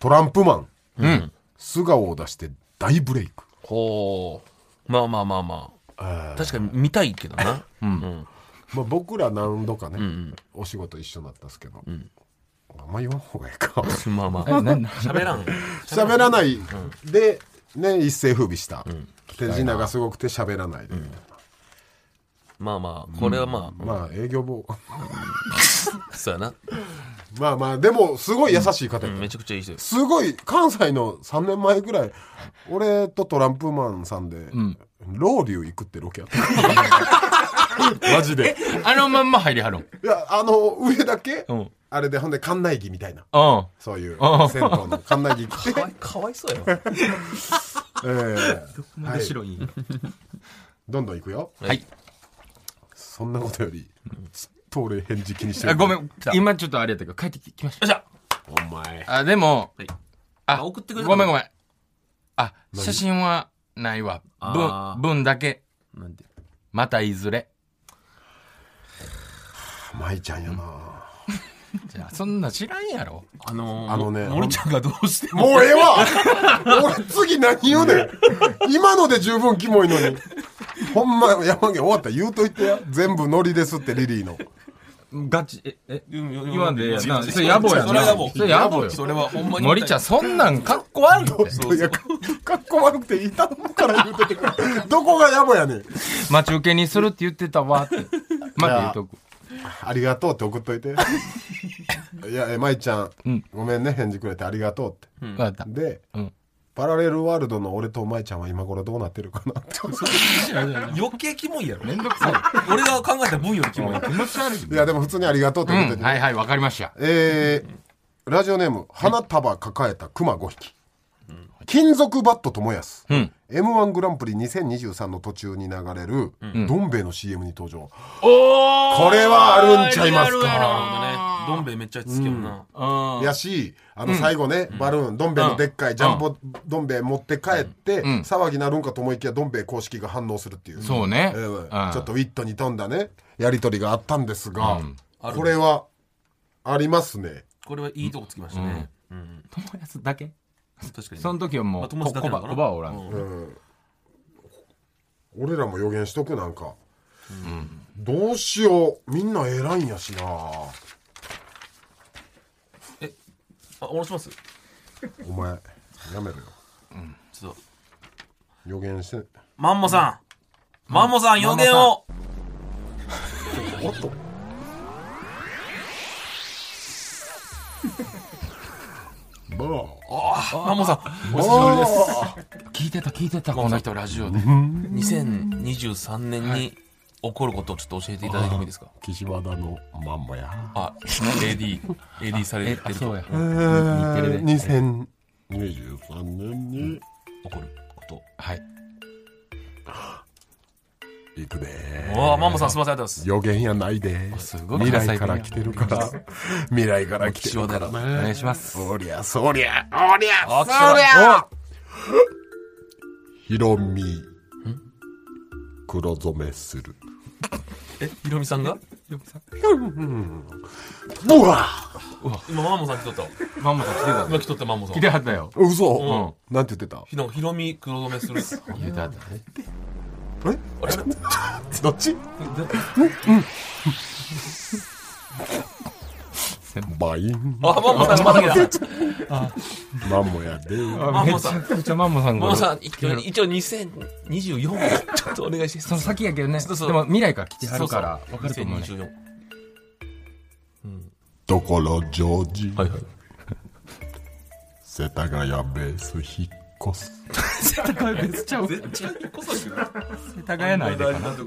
D: トランプマン、素顔を出して大ブレイク
E: ほうまあまあまあまあ確かに見たいけどな うん
D: まあ、僕ら何度かね、お仕事一緒になったんですけど、あんま言わん方がいい か
E: まあまあ喋らん
D: 喋らないで、ね一世風靡した、手品がすごくて喋らないで、
E: まあまあこれはま
D: まあ営業部
E: あそうやな
D: まあまあでもすごい優しい方やった、
E: めちゃくちゃいい人です
D: すごい関西の3年前ぐらい俺とトランプマンさんで、ロウリュウ行くってロケやったマジで
F: あのまんま入りはるん。
D: いやあの上だけ、
E: ん
D: あれでほんで館内着みたいな
F: うん。
D: そういう
F: あ
D: 銭湯の館内着着 て、
E: かわいそうやわ
D: えーはい、
F: 白い。
D: どんどん行くよ
E: はい
D: そんなことよりずっと俺返事気にして
F: あ
D: る
F: ごめん。今ちょっとあれやったけど、帰ってききました。
E: じゃあ
D: お前
F: あ、でも、あ、
E: あ送ってくれた
F: ごめんごめん。あ、写真はないわ。
E: あー
F: 文、文だけ。
E: なんで
F: またいずれ。
D: 舞ちゃんやな、
F: じゃあそんな知らんやろ。
E: あのー
D: あのね
E: 森ちゃんがどうしても
D: もうええわ俺次何言うねん今ので十分キモいのにほんま山毛終わったら言うといてや全部ノリですってリリーの
F: ガチ、え、え、
E: 今
F: 今でやな
E: そ
F: それ野暮やな
E: それは野暮
F: それ野暮よ
E: それはほんまに
F: 森ちゃん、そんなんかっこ悪いって。
D: いやかかっこ悪くていたのから言うといてくれどこが野暮やねん
F: 待ち受けにするって言ってたわって。まだ言うとく。
D: ありがとうって送っと いていやえ舞ちゃん、ごめんね返事くれてありがとうって、
F: 分かった。
D: で、
F: うん
D: パラレルワールドの俺と舞ちゃんは今頃どうなってるかなって
E: 余計キモいやろめんどくさい俺が考えた分よりキモい
F: 気持ち悪い。
D: いやでも普通にありがとうって
F: う
D: 送っとい
F: ん、
D: て、
F: はいはい、わかりました。
D: えーラジオネーム花束抱えた熊5匹、金属バット友康、
F: ん
D: m 1グランプリ2023の途中に流れる、どん兵衛の CM に登場、
F: お
D: これはあるんちゃいますか
E: なるほどねどん兵衛めっちゃ好きやもんな
D: やしあの最後ね、バルーンどん兵衛のでっかいジャンボどん兵衛持って帰って、騒ぎなるんかと思いきやどん兵衛公式が反応するっていう
F: そうね
D: えー
F: うん
D: ちょっとウィットに富んだねやり取りがあったんですが、これはありますね
E: これはいいとこつきましたね
F: 友達だけ
E: 確かに
F: その時はも
E: まあ
F: う、
E: 友達
F: こ
E: だ
F: コ
E: けな
F: バ、
E: のかな
F: コバはおらん。
D: 俺らも予言しとくなんか、どうしようみんな偉いんやしな
E: あおろします
D: お前やめろよ
E: ちょっと
D: 予言して
E: マンモさんマンモさん予言を
D: おっとバー
E: マンモさん
F: 聞いてた聞いてた、この人ラジオで。
E: 2023年に起こることをちょっと教えていただいてもいいですか
D: 岸和田のマンモや
E: あ、AD、AD され
F: え、
E: て
F: あ、
E: る
F: そ
E: と
F: うや。
D: 2023年に
E: 起こること。
F: はい。
D: いくね
E: ああ、マンモさんすみません、ありがとうござい
D: 予言やないで。
F: すごい
D: 未来から来てるから。 未来から来てるから
E: もう希
F: お願い
D: ね。
F: します。
D: そりゃそりゃ、おりゃ
E: ま
D: そ
E: す。
D: りゃ
E: あ、
D: ひろみ、黒染めする。
E: 来たえ、ひろみさんが
D: うわ
E: 今、マンモさん来とったわ。
F: マンモさん来てた
E: 今来とった、マンモさん。
F: 来てはったよ。
D: 嘘なんて言ってた
E: ひろひろみ黒染めする。
F: 言うてはったね。
D: どっちバイン。
E: あ、マンモさん、まだ来た。
D: マンモやで。
E: マン
F: め
E: モさん。
F: ちゃくちゃマンモさん
E: マン
F: が
E: モ。さん、一応一応2024をちょっとお願いして。
F: その先やけどね。
E: そうそう
F: でも未来から来てはるから、
E: そうそう
F: わかると思うね。
E: 2024。
D: ところジョージ、
E: はいはい。
D: 世田谷ベース引っ越す。
F: 高い別ちゃう。世
E: ちょっとこそしてな
F: 田谷内でかな。
D: ちょっと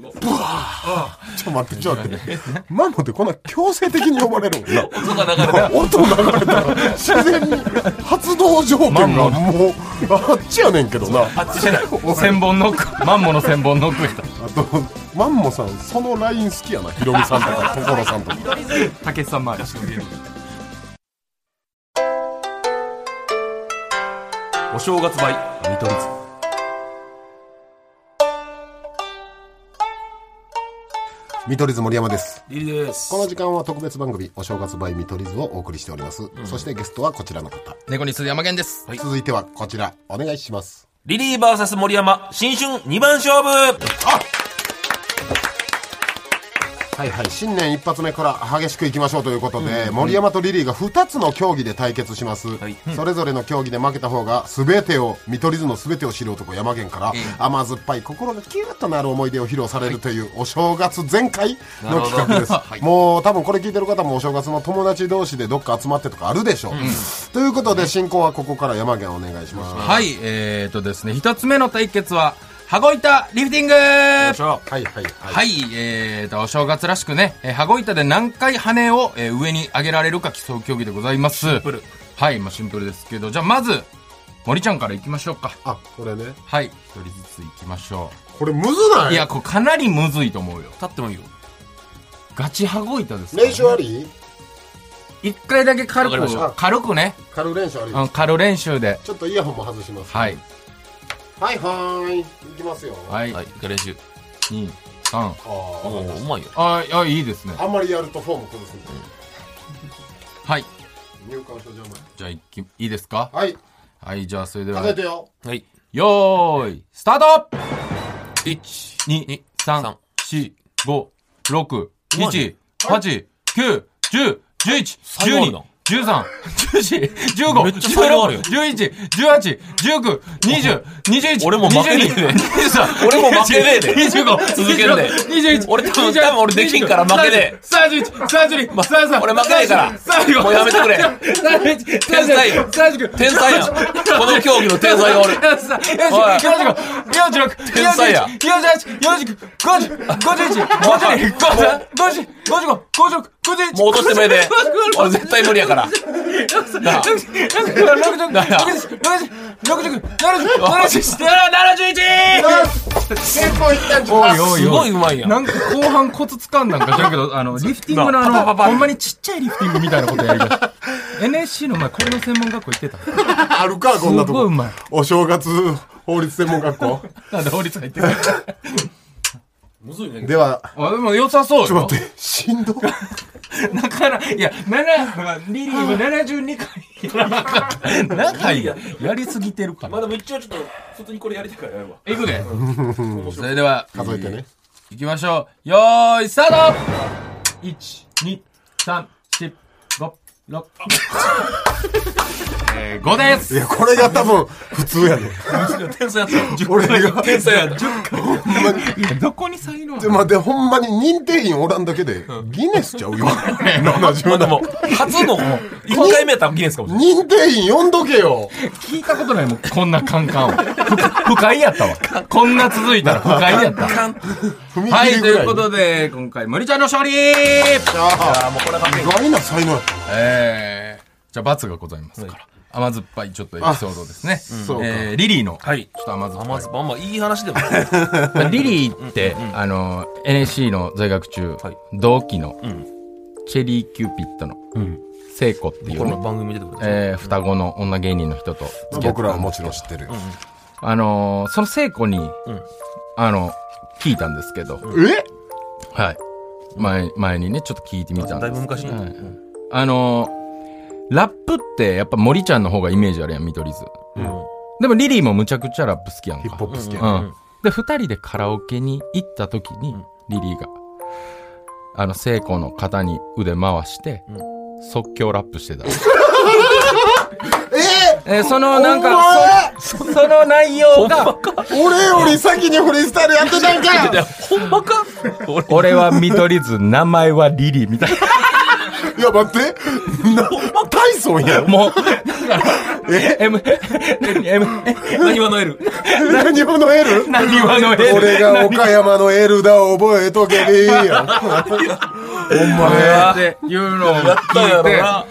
D: 待って、ちょっと待って。マンモってこんな強制的に呼ばれるんな。
E: 音が流れた。
D: 音流れたら自然に発動条件がもうあっちやねんけどなあ
E: あっちじゃない。
F: 千本ノック。マンモの千本ノックやった。
D: とマンモさんそのライン好きやなヒロミさんとか所さんとか
F: 竹内さんもあるし。
E: お正月バイ。
D: 見取り図見取り図森山です
E: リリーです
D: この時間は特別番組「お正月バイ見取り図」をお送りしております、そしてゲストはこちらの方、
F: 猫に鈴山源です。
D: 続いてはこちらお願いします
E: リリーバーサス森山、新春2番勝負
D: はいはい新年一発目から激しくいきましょうということで、森山とリリーが2つの競技で対決します、
E: い
D: それぞれの競技で負けた方が全てを見取り図の全てを知る男山源から、甘酸っぱい心がキューッとなる思い出を披露されるというお正月全開の企画です、もう多分これ聞いてる方もお正月の友達同士でどっか集まってとかあるでしょう、ということで進行はここから山源お願いします、
F: はい、えーとですね、一つ目の対決は、羽子板リフティング
D: はいはいはい
F: はい、えーと、お正月らしくね、えー羽子板で何回羽を、えー上に上げられるか競う競技でございます。シンプル。はい、まあシンプルですけど、じゃあまず、森ちゃんから行きましょうか。
D: あこれね
F: はい、一人ずつ行きましょ
D: これむずな
F: う。
D: い
F: いや、これかなりむずいと思うよ。
E: 立ってもいいよ。
F: ガチ羽子板ですから
D: 練
F: ね
D: 習あり
F: 一回だけ軽
E: わかりまし
F: く、軽くね、
D: 軽練習あり
F: うん軽練習で。
D: ちょっとイヤホンも外します
F: はい、
D: はいはーい。いきますよ。
F: はい、
E: はい、一回練習。
F: 2、3。
D: あー
E: おうまいよ。
F: あ、いやいいですね。
D: あんまりやるとフォーム崩すんで。
F: はい。
D: 入管と邪魔。
F: じゃあ、いき、いいですか
D: はい。
F: はい、じゃあ、それでは
D: 立、ててよ。
E: はい。
F: よーい、スタート
E: 1、
F: !2、3、4、5、6、7、8、9、10、11、
E: 才能あるな
F: 12、13、14、15
E: めっ、ちゃ才能ある
F: 16、11、18、19、20、21、
E: 俺も負けねえで
F: 23
E: 俺も負けねえ で
F: 25、
E: 続けるで
F: 21、
E: 俺多分多分俺できんから負けねえ
F: 31、32、33、
E: 俺負けねえから
F: 35
E: もうやめてくれ
F: 31、
E: 天才よ
F: 39、
E: 天才やん。この競技の天才が 俺。天才やもう落としてもええ で。俺絶対無理や から。なあ
D: 結構いったんじゃない
E: すごいうまいやん。
F: なんか後半コツつかんだんかじゃけど、あの、リフティングの
E: な
F: あ
E: あパパ
F: の、
E: パパ
F: ほんまにちっちゃいリフティングみたいなことやりだした。NSC の前、これの専門学校行ってた。す
D: あるか、こんなと
F: ごいう
D: こ。
F: まい。
D: お正月法律専門学校。
F: なんで法律入ってくる。
E: むずいね。
D: では、
F: あ、でも良さそう
D: ちょ
F: よ
D: っと。待って、しんど。
F: だから、いや、7、リリーも72回。長いや、やりすぎてるから。
E: だめっちゃちょっと、普通にこれやりたいからやるわ。
F: いくで。それでは、
D: 数えてね。
F: 行きましょう。よーい、スタート !1、2、3、4、5、6。えー、5です
D: いや、これが多分普通やね。
E: 天才やった。
D: 俺が。
E: 天才やん。10
F: どこに才能あ
D: で、まあ、で、ほんまに認定員おらんだけで、ギネスちゃ うよ。
E: まあで
D: 77
E: も、初の、1回目やったらギネスかもしれない。
D: 認定員呼んどけよ。
F: 聞いたことないもん、こんなカンカンを。不不快やったわ。こんな続いたら不快やった。
D: 踏み
F: は
D: 切
F: い、
D: り
F: と
D: ぐ
F: い
D: ら
F: う
D: い。
F: ことで、今回、森ちゃんの勝利
D: ああ、もうこれ意外な才能やった。
F: えー、じゃあ罰がございますから。甘酸っぱいちょっとエピソードですね。
D: そうか
F: えーリリーの、
E: はい
F: ちょっと甘酸っぱ
E: 甘
F: い
E: 酸っぱいまあいい話でも
F: まあリリーって、あの NSC の在学中、
E: はい
F: 同期の、
E: ん
F: チェリーキューピットの
E: ん
F: 聖子ってい
E: こ
F: うね、
E: の番組出てくるんですよ
F: えー双子の女芸人の人と付き合って
D: 僕らはもちろん知ってるよ。
F: あのーその聖子に、
E: ん
F: あの聞いたんですけど、
D: え
F: はい前前にねちょっと聞いてみたん
E: だい
F: で
E: ぶ
F: す
E: 昔に
F: はいあのーラップってやっぱ森ちゃんの方がイメージあるやん見取り図
E: うん
F: でもリリーもむちゃくちゃラップ好きやんか
D: ヒップホップ好きや
F: う
D: ね
F: ん、で2人でカラオケに行った時にリリーがあの聖子の肩に腕回して即興ラップしてた、えそのなんかそその内容が
D: 俺より先にフリースタイルやってたん か
E: いやほんまか俺
F: 俺は見取り図名前はリリーみたい
D: いや、待って。な、タイソンやん
F: な。もうえ M 何 M
E: 何はノエル
D: 何をの L?
F: 何話の M
D: 俺が岡山のエルだ覚えとけでいいやん。
F: っていうのを
E: やったや
F: 聞い
E: ろ
F: て
E: な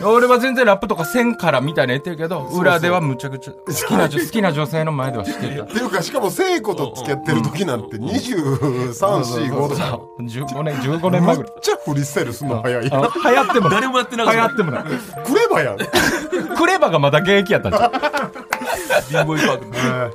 F: 俺は全然ラップとかせんからみたいな言ってるけど裏ではむちゃくちゃ好きな女好きな女性の前では知ってた
D: っていうか、しかも聖子と付き合ってる時なんて23、4、5とか。
F: 15年、15年
D: め
F: 前
D: っ
F: ぐらい。
D: ちゃフリースタイルすんの早いやん。
F: あ
D: ク
F: の流行ってもない。
E: 誰もやってなかっ
F: 流
E: た
F: 行ってもない。
D: レバやん。
F: クレバがまだ現役やったんじゃん。
E: ビーボーイパーク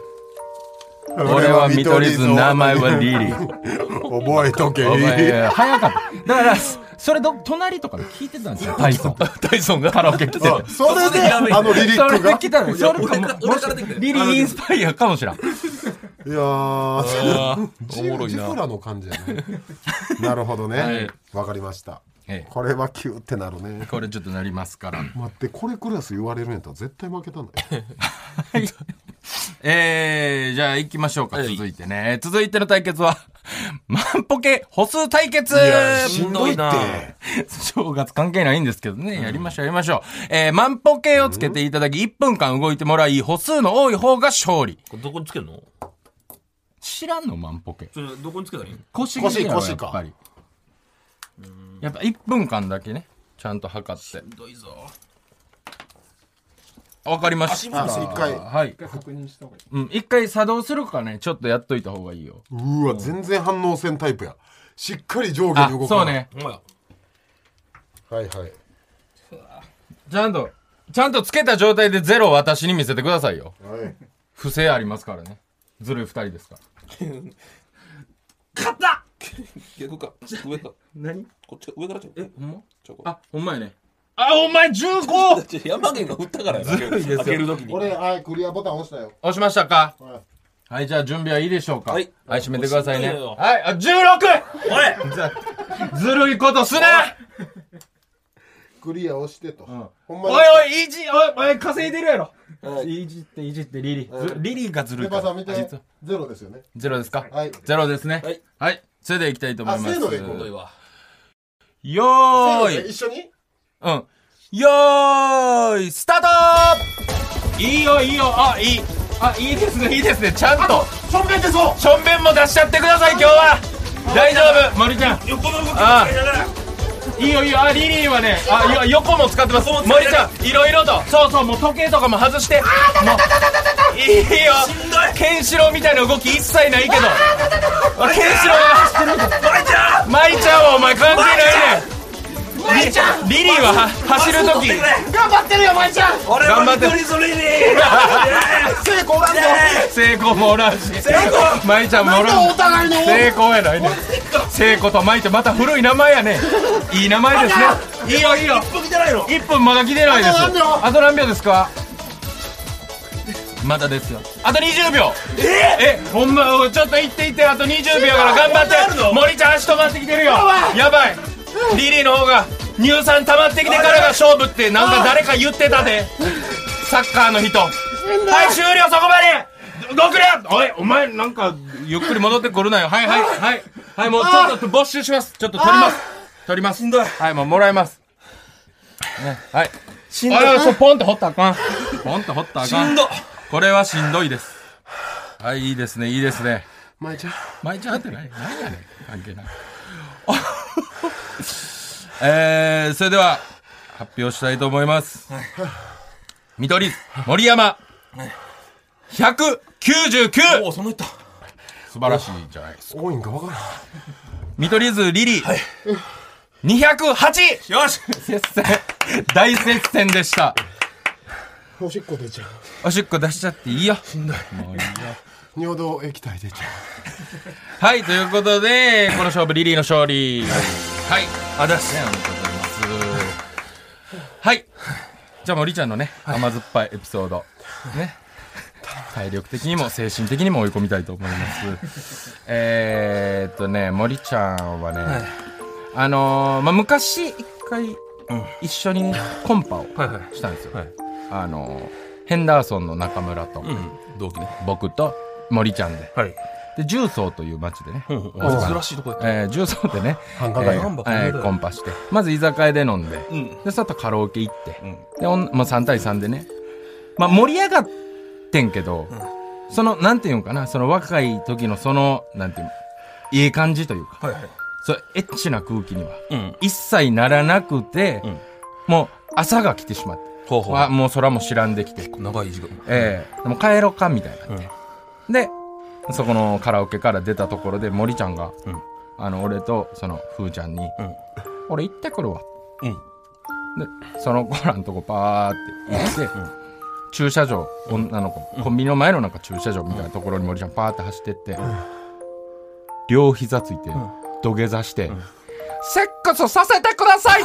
F: 俺は見取り図、名前はリリー。
D: 覚えとけいい
F: お前、早かった。だから、それど、隣とかで聞いてたんですよ、タイソン。タイソンがカラオケ来てて。
D: それで、あのリリ
F: そ
D: ッ
F: れ
D: ク
F: で
D: が。い
F: 来たのそれかも
E: 俺から俺からできたよ
F: リリーインスパイアかもしれん。
D: やー、
E: おもろい
D: ジフ
E: な
D: ラの感じやね。なるほどね。わかりました
F: ええ。
D: これはキューってなるね。
F: これちょっとなりますから。
D: 待って、これクラス言われるんやったら絶対負けたんだよ。
F: えー、じゃあ行きましょうか、
E: はい
F: 続いてね。続いての対決は、 万ポケ歩数対決
E: しんどいな
F: 正月関係ないんですけどね。やりましょう、やりましょう。えー、万歩計をつけていただき、1分間動いてもらい、歩数の多い方が勝利。
E: これどこにつけるの
F: 知らんの、万歩計。
E: それどこにつけたらいいの
F: 腰が
D: 腰
F: や
D: 腰
F: っぱ
D: か
F: り。やっぱ1分間だけね、ちゃんと測って。
E: どいぞ
F: わかりまし
D: あ
F: た。
D: 一回
F: はい。一回確認した方がいい。うん、一回作動するかね、ちょっとやっといた方がいいよ。
D: うわ、全然反応せんタイプや。しっかり上下
F: あ
D: に動、く。
F: そう。ね。
E: ほんまや
D: はいはい。
F: ちゃんと、ちゃんとつけた状態でゼロを私に見せてくださいよ。
D: はい。
F: 不正ありますからね。ずるい二人ですから。
E: 逆か上か何こっち上からちょえ
F: ほんま
E: ちょこ
F: あ、ほんまやね。あ、お前 15!
E: 山源が振ったからやな開けるときに
D: 俺、はい、クリアボタン押したよ。
F: 押しましたか
D: はい
F: はい、じゃあ準備はいいでしょうか
E: はい
F: はい、閉めてくださいね。
E: 押してよ
F: はい、あ、16!
E: おい
F: ずるいことす な
D: クリア押してと。ほん
F: お
D: に
F: いおい、いじ、おい、おい、稼いでるやろいじって、いじって、リリー。ずリリーがずる
D: ペ
F: い
D: ー
F: か
D: パーさ
F: ら。
D: ん見て
F: 実は。
D: ゼロですよね。
F: ゼロですか
D: はい。
F: ゼロですね
E: はい。
F: はい。それでいきたいと思いま
D: あ
F: す
D: せーのでいこう。
E: どいわ
F: よ
D: そう
F: ー
D: ですね一緒
F: い
D: に
F: うん。よーい、スタートいいよ、いいよ、あ、いい。あ、いいですね、いいですね、ちゃんと。
D: しょんべんでそう
F: しょんべんも出しちゃってください、今日は。大丈夫、森ちゃん。
E: 横の動き
F: ああいいよいいよあリリーはねあよ横も使ってます
E: も使
F: 森
E: える
F: ちゃんいろいろとそうそうもう時計とかも外してもういいよ
E: しんどい
F: ケンシロウみたいな動き一切ないけどあケンシロウが走ってる
E: マイちゃん
F: マイちゃんはお前関係ないねんマイちゃんリリーはは走るとき
E: 頑張ってるよマイちゃん俺は一人それに
D: 成功なんだ
F: 成功もおらんし
E: 成功
F: マイちゃんもおらん
D: お互いの
F: 成功やないねん成功とマイちゃんまた古い名前やねんいい名前ですねいいよいいよ
E: 一歩じゃないの
F: 1分まだ来てないです
D: あと何秒
F: あと何秒ですかまだですよあと20秒ええほんまおいちょっと行って行ってあと20秒から頑張って森ちゃん足止まってきてるよやばいリリーの方が乳酸溜まってきてからが勝負ってなんか誰か言ってたでサッカーの人はい終了そこまでごくれおいお前なんかゆっくり戻ってくるなよはいはいはいはいもうちょっと没収しますちょっと取ります取りますしんどいはいもうもらいますねはいしんどいあそうポンって掘ったらあかんポンって掘ったらあかん
E: しんど
F: これはしんどいですはいいいですねいいですね
D: まいちゃん
F: 毎日会ってない何やねん関係ない えー、それでは発表したいと思います、緑、森山、199!
E: おそんな言った。
F: 素晴らしいじゃないですか。
D: 多いんかわからん。
F: 見取り図リリー、208!
E: よし
F: 接戦大接戦でした。
D: おしっこ出ちゃう。
F: おしっこ出しちゃっていいよ。
D: 尿道液体出ちゃ
F: はい、ということで、この勝負、リリーの勝利。はい、ありがとうございます。はい。じゃあ、森ちゃんのね、甘酸っぱいエピソード。ね。体力的にも精神的にも追い込みたいと思います。えーっとね、森ちゃんはね、あのーまあ、昔、一回、一緒にコンパを
E: はいはい。
F: したんですよ。
E: はい。
F: あのーヘンダーソンの中村と、
E: うん。同期ね。
F: 僕と森ちゃんで。
E: はい。
F: で、重曹という町でね、
E: 珍しいとこやった。
F: えー、重曹でね、
D: 繁華街
F: えー
E: なんばこんなだよ
F: えーコンパして、まず居酒屋で飲んで、
E: ん
F: で、その後カラオケ行って、で、おんまあ、3対3でね、まあ、盛り上がってんけど、その、なんていうんかな、その若い時のその、なんていうの、いい感じというか、
E: はいはい。
F: そう、エッチな空気には、
E: ん
F: 一切ならなくて、
E: ん
F: もう朝が来てしまって、
E: ほうほう
F: わもう空も知らんできて、
E: 長い時間。
F: ええでも帰ろうか、みたいになって、で、そこのカラオケから出たところで森ちゃんが、
E: ん
F: あの、俺とその、ふーちゃんに、
E: ん
F: 俺行ってくるわ。
E: うん。
F: で、その子らのとこパーって行って、駐車場、女の子、コンビニの前のなんか駐車場みたいなところに森ちゃんパーって走ってって、両膝ついて、土下座して、セックスさせてください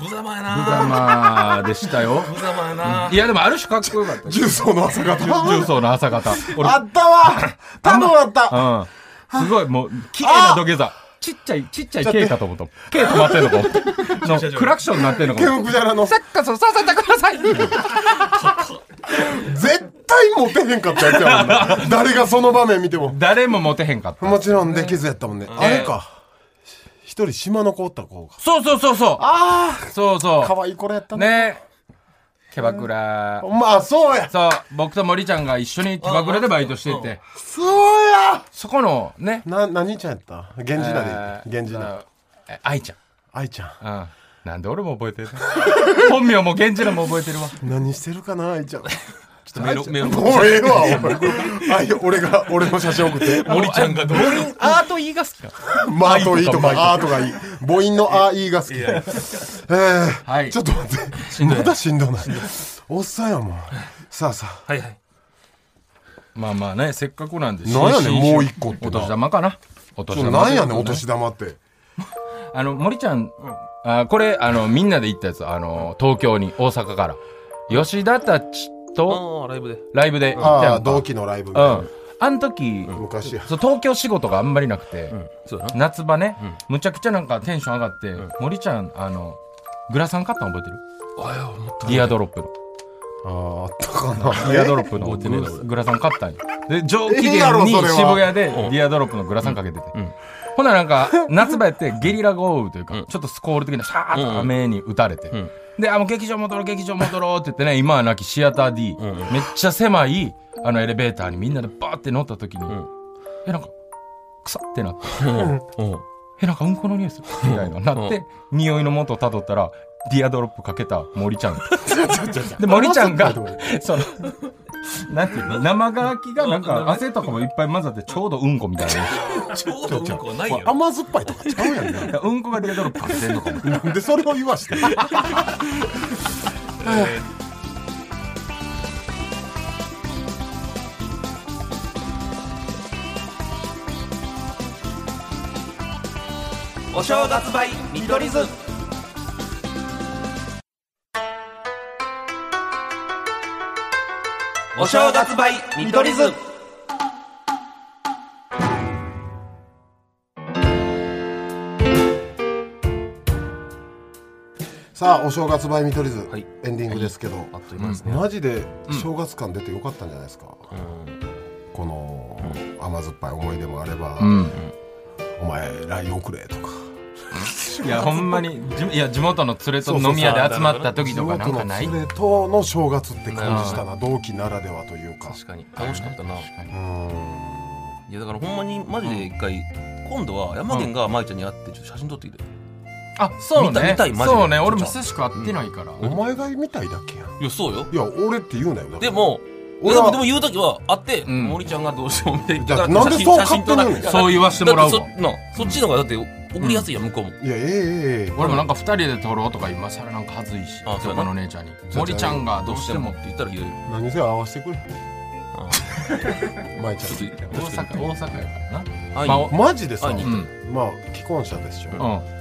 E: 無様や
F: 無
E: な
F: 様でしたよ。
E: 無様やない
F: や、でもある種かっこよかった。
D: う。重曹の朝方。
F: 重曹の朝方。俺
D: あったわ多分あった
F: うん。すごい、もう、綺麗な土下座。ちっちゃい、ちっちゃい K かと思った。K 止まってんのか思った。の、クラクションになってんのか
D: ケ
F: 思っ
D: ンクジャラの。
F: た。セッカスをさせてください
D: 絶対モテへんかったやつやもんな。誰がその場面見ても。
F: 誰もモテへんかった。
D: もちろんできずやったもんね。あれか。一人島の子おった子が。
F: そうそうそうそう。
D: あ
F: そう
D: あか
F: そ
D: わいい子らやった
F: う。
D: ね。
F: ねキャバクラ。
D: まあ、そうや。
F: そう、僕と森ちゃんが一緒にキャバクラでバイトしてて、
D: そうや
F: そこのね、
D: な、何ちゃんやった源氏名で言っ
F: え
D: て。
F: ー
D: 源氏名。。
F: え愛ちゃん。
D: 愛ちゃん。
F: うん。なんで俺も覚えてる本名も源氏名も覚えてるわ。
D: 何してるかな愛ちゃん。
E: ちょっとメール、メール。
D: もうええ わ、お前。あいや俺が、俺の写真送 って。
E: 森ちゃんがどういう。
F: アートいいが好きな
D: まあ、あといいとか、あーとかいい。母音のあーいいが好き。えー
F: はい
D: ちょっと待って。まだしんどない。おっさんやもん。さあさあ。
E: はいはい。
F: まあまあね、せっかくなんで。
D: なんやねん
F: 新進種
D: もう一個ってな
F: お年玉かな。お年
D: ちょ
F: 玉。
D: なんやねん、お年玉って。
F: あの、森ちゃん、あこれ、あの、みんなで行ったやつ、あの、東京に、大阪から。吉田たち
E: あ
F: と
E: あ、ライブで。
F: ライブで行った
D: あ
F: や
D: あ、
F: ん
D: 同
F: か。
D: 期のライブみ
F: う。
D: たいなん
F: あの時、
D: 昔や。
F: そう東京仕事があんまりなくて、
E: そうやな。
F: 夏場ね、むちゃくちゃなんかテンション上がって、森ちゃん、あの、グラサン買ったの覚えてる
E: あや、思った。
F: ディアドロップの。
D: ああ、あったかな。
F: ディアドロップの
E: 覚えてねえな俺
F: グラサン買ったんよ。で、上機
D: ええや
F: 嫌
D: ろ
F: に
D: それは
F: 渋谷でディアドロップのグラサンかけてて。ほななんか、夏場やってゲリラ豪雨というか、ちょっとスコール的なシャーッと雨に打たれて
E: ん。
F: で、あ、もう劇場戻ろう、劇場戻ろうって言ってね、今はなきシアター D、めっちゃ狭い、あのエレベーターにみんなでバーって乗った時に、え、なんか、草ってなって、
E: うん。うん。
F: え、なんかうんこの匂いするみたいななって、匂いの元をたどったら、ディアドロップかけた森ちゃん。で、森ちゃんが、その、なんていうの生乾きがなんか汗とかもいっぱい混ざってちょうどうんこみたい な。
E: ちょうどうんこない
D: これ
E: よ。
D: 甘酸っぱいとかちゃうやんね。
F: うんこがディアドロップかけてんのかも。
D: なんでそれを言わして。
E: お正月バイ、見取り図。お正月バイ、見取り図。
D: さあ、お正月バイ見取り図
E: はい、
D: エンディングですけど、
E: あっという間ですね。
D: マジで正月感出てよかったんじゃないですか。この甘酸っぱい思い出もあれば、お前、LINE くれとか。
F: いや、ほんまに、じいや、地元の連れと飲み屋で集まった時
D: 地
F: とかな
D: 元
F: ん
D: の
F: かない
D: 連れとの正月って感じしたな、同期ならではというか。
E: 確かに。楽しかったな。
D: うん
E: いやだからほんまにマジで一回、今度は山源が舞ちゃんに会ってちょっと写真撮ってきて、
F: あそう
E: 見た
F: ね
E: 見たいマジで
F: そうね俺も久しく会ってないから、
D: お前がみたいだけやん
E: いや、そうよ。
D: いや俺って言うなよだから
E: でも、
D: 俺
E: 俺
D: は
E: はでも言うときはあって、
F: ん
E: 森ちゃんがどうしても見てき
D: だってなんでそう勝手に言うの
F: そう言わせてもらうわ
E: だってそなそっちの方がだって送りやすいやん、向こうも。
D: いやえええええ
F: 俺もなんか二人で撮ろうとか今更なんか恥ずいし
E: あそうやな
F: 他の姉ちゃんに森ちゃんがどうしても
E: って言ったら言える。
D: え何せ合わせてくれ舞ち
E: ちょっと
F: 大阪大阪やからな
E: あい
F: まあ
D: ゃんマジでさ
E: 会いに
F: うん
D: まあ既婚者でしょ、
F: うん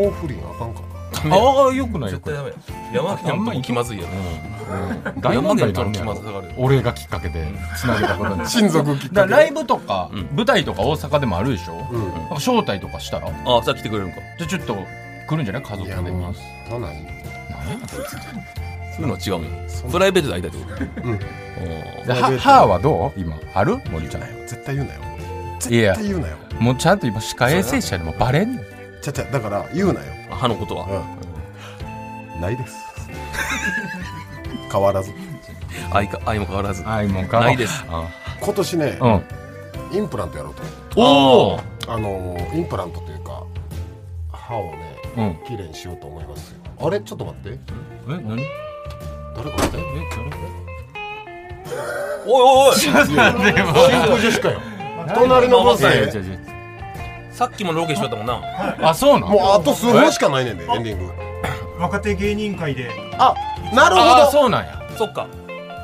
D: 大不倫あかんかな
F: ああよくないよ
E: 絶
F: こ
E: 対
F: れ
E: ダメ。山脇のとこ気まずいやん。
F: 大
E: 山
F: 問
E: 脇のと
F: 題になる
E: こ
F: ん
E: 気
F: や
E: ま
F: ろ
E: ずがるよ。
F: 俺がきっかけでつなげたことに
D: 親族きっか
F: だから
D: け
F: ライブとか、舞台とか大阪でもあるでしょ、
D: うん
F: なんか招待とかしたら
E: あ、さあ来てくれるんか。
F: じゃあちょっと来るんじゃない家族
D: い
F: で
D: やもう
F: そ
D: そんなんいい
E: そういうのは違うんよ。プライベートで会いたいってこと
D: うん
E: おー
F: では歯はどう今ある森ちゃん
D: 絶対言うなよ絶
F: いや
D: 対言うなよ
F: もうちゃんと今歯科衛生者にもバレんねん
D: ちゃちゃだから言うなよ、
E: 歯のことは。
D: うん、ないです変わらず
E: 愛か愛も変わらず。
F: はいもう
E: ないです。
D: 今年ね、
F: うん
D: インプラントやろうと思って
E: おお
D: あのーインプラントというか歯をね
F: うん
D: 綺麗にしようと思いますよあれちょっと待って
F: え何え
D: 誰か来たよ
E: おいおいおい
F: でも
D: 真空ジェシカよ隣のボス
E: いやい
D: ね
E: さっきもロケしよったもんな。
F: あそうな
D: もう
F: の
D: あと数分しかないねんでエンディング
J: 若手芸人界で
D: あなる
F: ああ
D: ほど
F: そうなんや
E: そっか。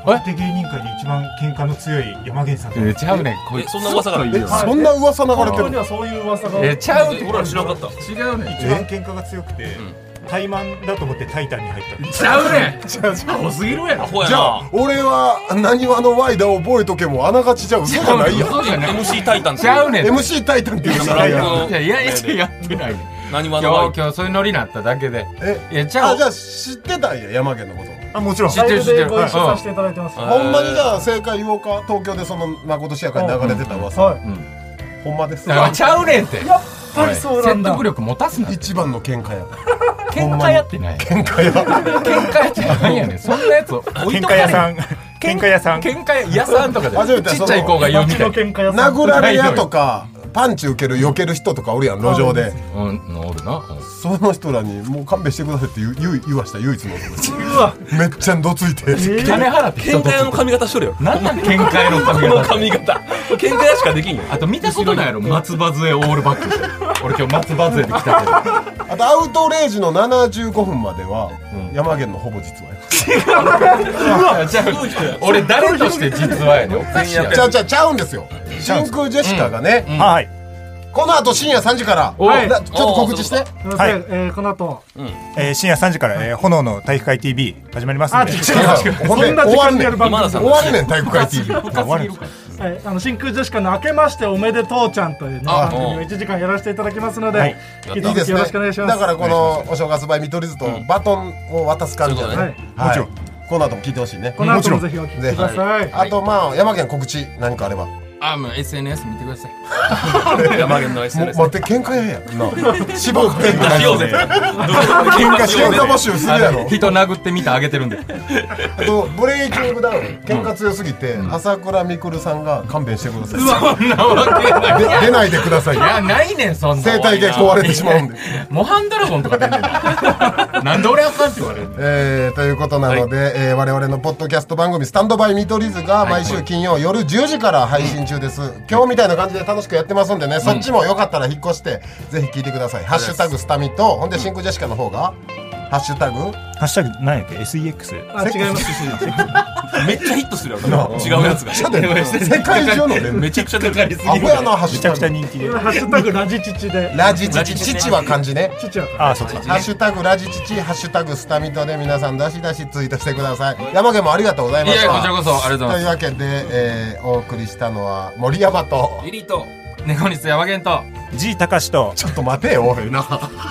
J: 若手芸人界で一番喧嘩の強い山源さん
F: えちゃうねんこい
E: え
F: つ
E: そんな噂がある
F: ちょっ
D: え
F: と言うわ
D: そんな噂流れて
J: 本当に
D: る
J: はそういう噂が
F: え
J: 一
F: ちゃうって
E: 俺ら知らんかった。
F: 違うねん
J: 番喧嘩が強くて怠慢だと思ってタイタンに入った
F: ちゃうねん多すぎるやろ
E: アホや
D: じゃ
E: な
D: あ。俺は何話のワイダを覚えとけもあながちじゃ嘘じゃないやん
F: そうじ ゃない
E: MC タイタンって
F: ちゃうねん
D: MC タイタンっていう名
E: ラ
D: 前
E: イブ
D: や
E: の
F: いやいやいややってないねん
E: 何
F: 今
E: 話
F: 日
E: のワイ
F: 今日そういうノリになっただけで
D: え
F: いやちゃ
D: あ
F: う
D: じゃあ知ってたんや山源のこと
J: あもちろん
F: 知ってる知ってる
J: ライブでご一緒させていただいてます
E: うん
D: ほんまにじゃあ正解言おうか東京でそのまことしやかに流れてた噂、
J: はい
D: ほんまです
F: だからちゃうねんって
J: やっぱりそうなん
F: 説
J: だ
F: 得力持たすな
D: 一番の喧嘩や
F: 喧嘩やってない
D: 喧
F: 喧
D: 嘩や
F: 嘩やってないやねんそんなやつ置い
J: 喧
F: と
J: 嘩
F: かれ
J: 屋
F: ん
J: さん喧嘩屋さん
F: 喧嘩屋さんとか
D: 初め
F: で
D: て
F: ち
D: その
F: っちゃい子が言うみ
J: 街
F: たい
J: の
F: な
J: 喧嘩屋さん
D: 殴られ屋とかパンチ受ける避ける人とかおるやん路上で
F: うんおるなうん
D: その人らにもう勘弁してくださいって言う言う言わした唯一の男です
J: うわ
D: めっちゃどついて
F: 金払って
E: 喧嘩屋の髪型しとるよ。
F: なんなん喧嘩屋の
E: こ
F: 髪
E: の
F: 型
E: 髪型。喧嘩屋しかできんよ。
F: あと見たことないやろ松葉杖オールバック俺今日松葉杖で来たけど
D: あとアウトレイジの75分までは山源のほぼ実話や
F: じゃあ俺誰として実はやねんおかしいやろ
D: ちゃうちゃうちゃうんですよ真空ジェシカがね、
J: はい
D: この後深夜3時から、
J: はい
D: なちょっと告知して
J: はい
I: えー、この後
J: えー深夜3時からえー炎の体育会 TV 始まりますんで
D: ほんで
I: そんな
D: 終
I: 時
D: わる
I: 間
D: ね
I: でやる番組
E: 今田さん
D: 終わるねん体育会 TV
J: 終わるんですか
I: はい、あの真空ジェシカの「明けましておめでとうちゃん」というね
E: あ
I: 番組を1時間やらせていただきますので、
J: はい
I: 引き
D: いい
I: 続
D: です
I: き
D: ね
I: よろしくお願いします
D: だからこのお正月バイ見取り図とバトンを渡す感じだね
E: そう
I: だね
D: はい
J: もちろん
D: この後も聞いてほしいね
I: この後もぜひお聞き
D: ぜ
I: く
D: ひ
I: ださい、
D: あとまあ山県告知何かあれば
F: あもう SNS 見てください
E: 山源の愛す
D: も
E: る
D: 待って喧嘩ややんなしばくてん
E: しようぜ。喧
D: 喧嘩しようぜ募集するやろ
F: 人殴ってみてあげてるんで
D: あとブレイキングダウン喧嘩強すぎて朝倉未来さんが勘弁してくださ
F: そんなわけな
D: い
F: い
D: で出ないでください
F: いやないねんそんな
D: 生態系壊れてしまうんで
F: モハンドラゴンとか出んねんな なんで俺あかんって言われるの
D: えーということなので、えー我々のポッドキャスト番組「スタンドバイ見取り図」が毎週金曜夜10時から配信中です、今日みたいな感じで楽しくやってますんでね、そっちもよかったら引っ越してぜひ聞いてください「ハッシュタグスタミ」とほんで真空ジェシカの方が「ハッシュタグ
J: ハッシュタグ何やっけ SEX
I: あ違います
E: めっちゃヒットするやろ。違うやつが。
D: 世界中の連盟
E: めちゃくちゃでかい。
D: アホやなハッ
J: め
D: シュ
J: ちゃ
D: タ
J: くちゃ
D: グ
J: 人気で
I: ハッシュタグラジチチで
D: ラジチチ父は漢字ね
I: 父は
J: ああそっか
D: ハッシュタグラジチチハッシュタグスタミとで皆さんどしどしツイートしてください山毛もありがとうござい
F: い
D: まし
F: や
D: た
F: いやこちらこそありがとう
D: と
F: ござい
D: いう
F: ま
D: わけで、えーお送りしたのは森山と
F: すリリーと猫にす山源と
J: G 高志と
D: ちょっと待てよおいな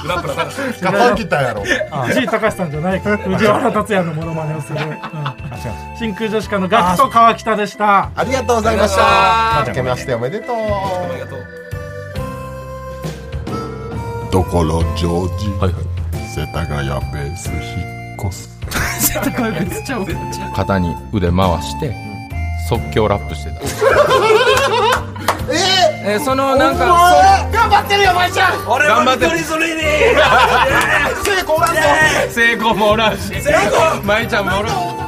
F: グランプラから
D: カバン来たやろ
I: 藤井隆さんじゃない藤原竜也のモノマネをする、うん真空ジェシカのガクと川北でした
D: ありがとうございました。明けましておめでとう。ところジョージ、
E: はいはい。
D: 世田谷ベース引っ越す。
F: 肩に腕回して即興ラップしてた
D: え
F: えーそのなんか
K: 頑張ってるよお前ちゃん
F: 俺は頑張って
K: それに成功だぞ
F: 成功もおらんし舞ちゃんもおらん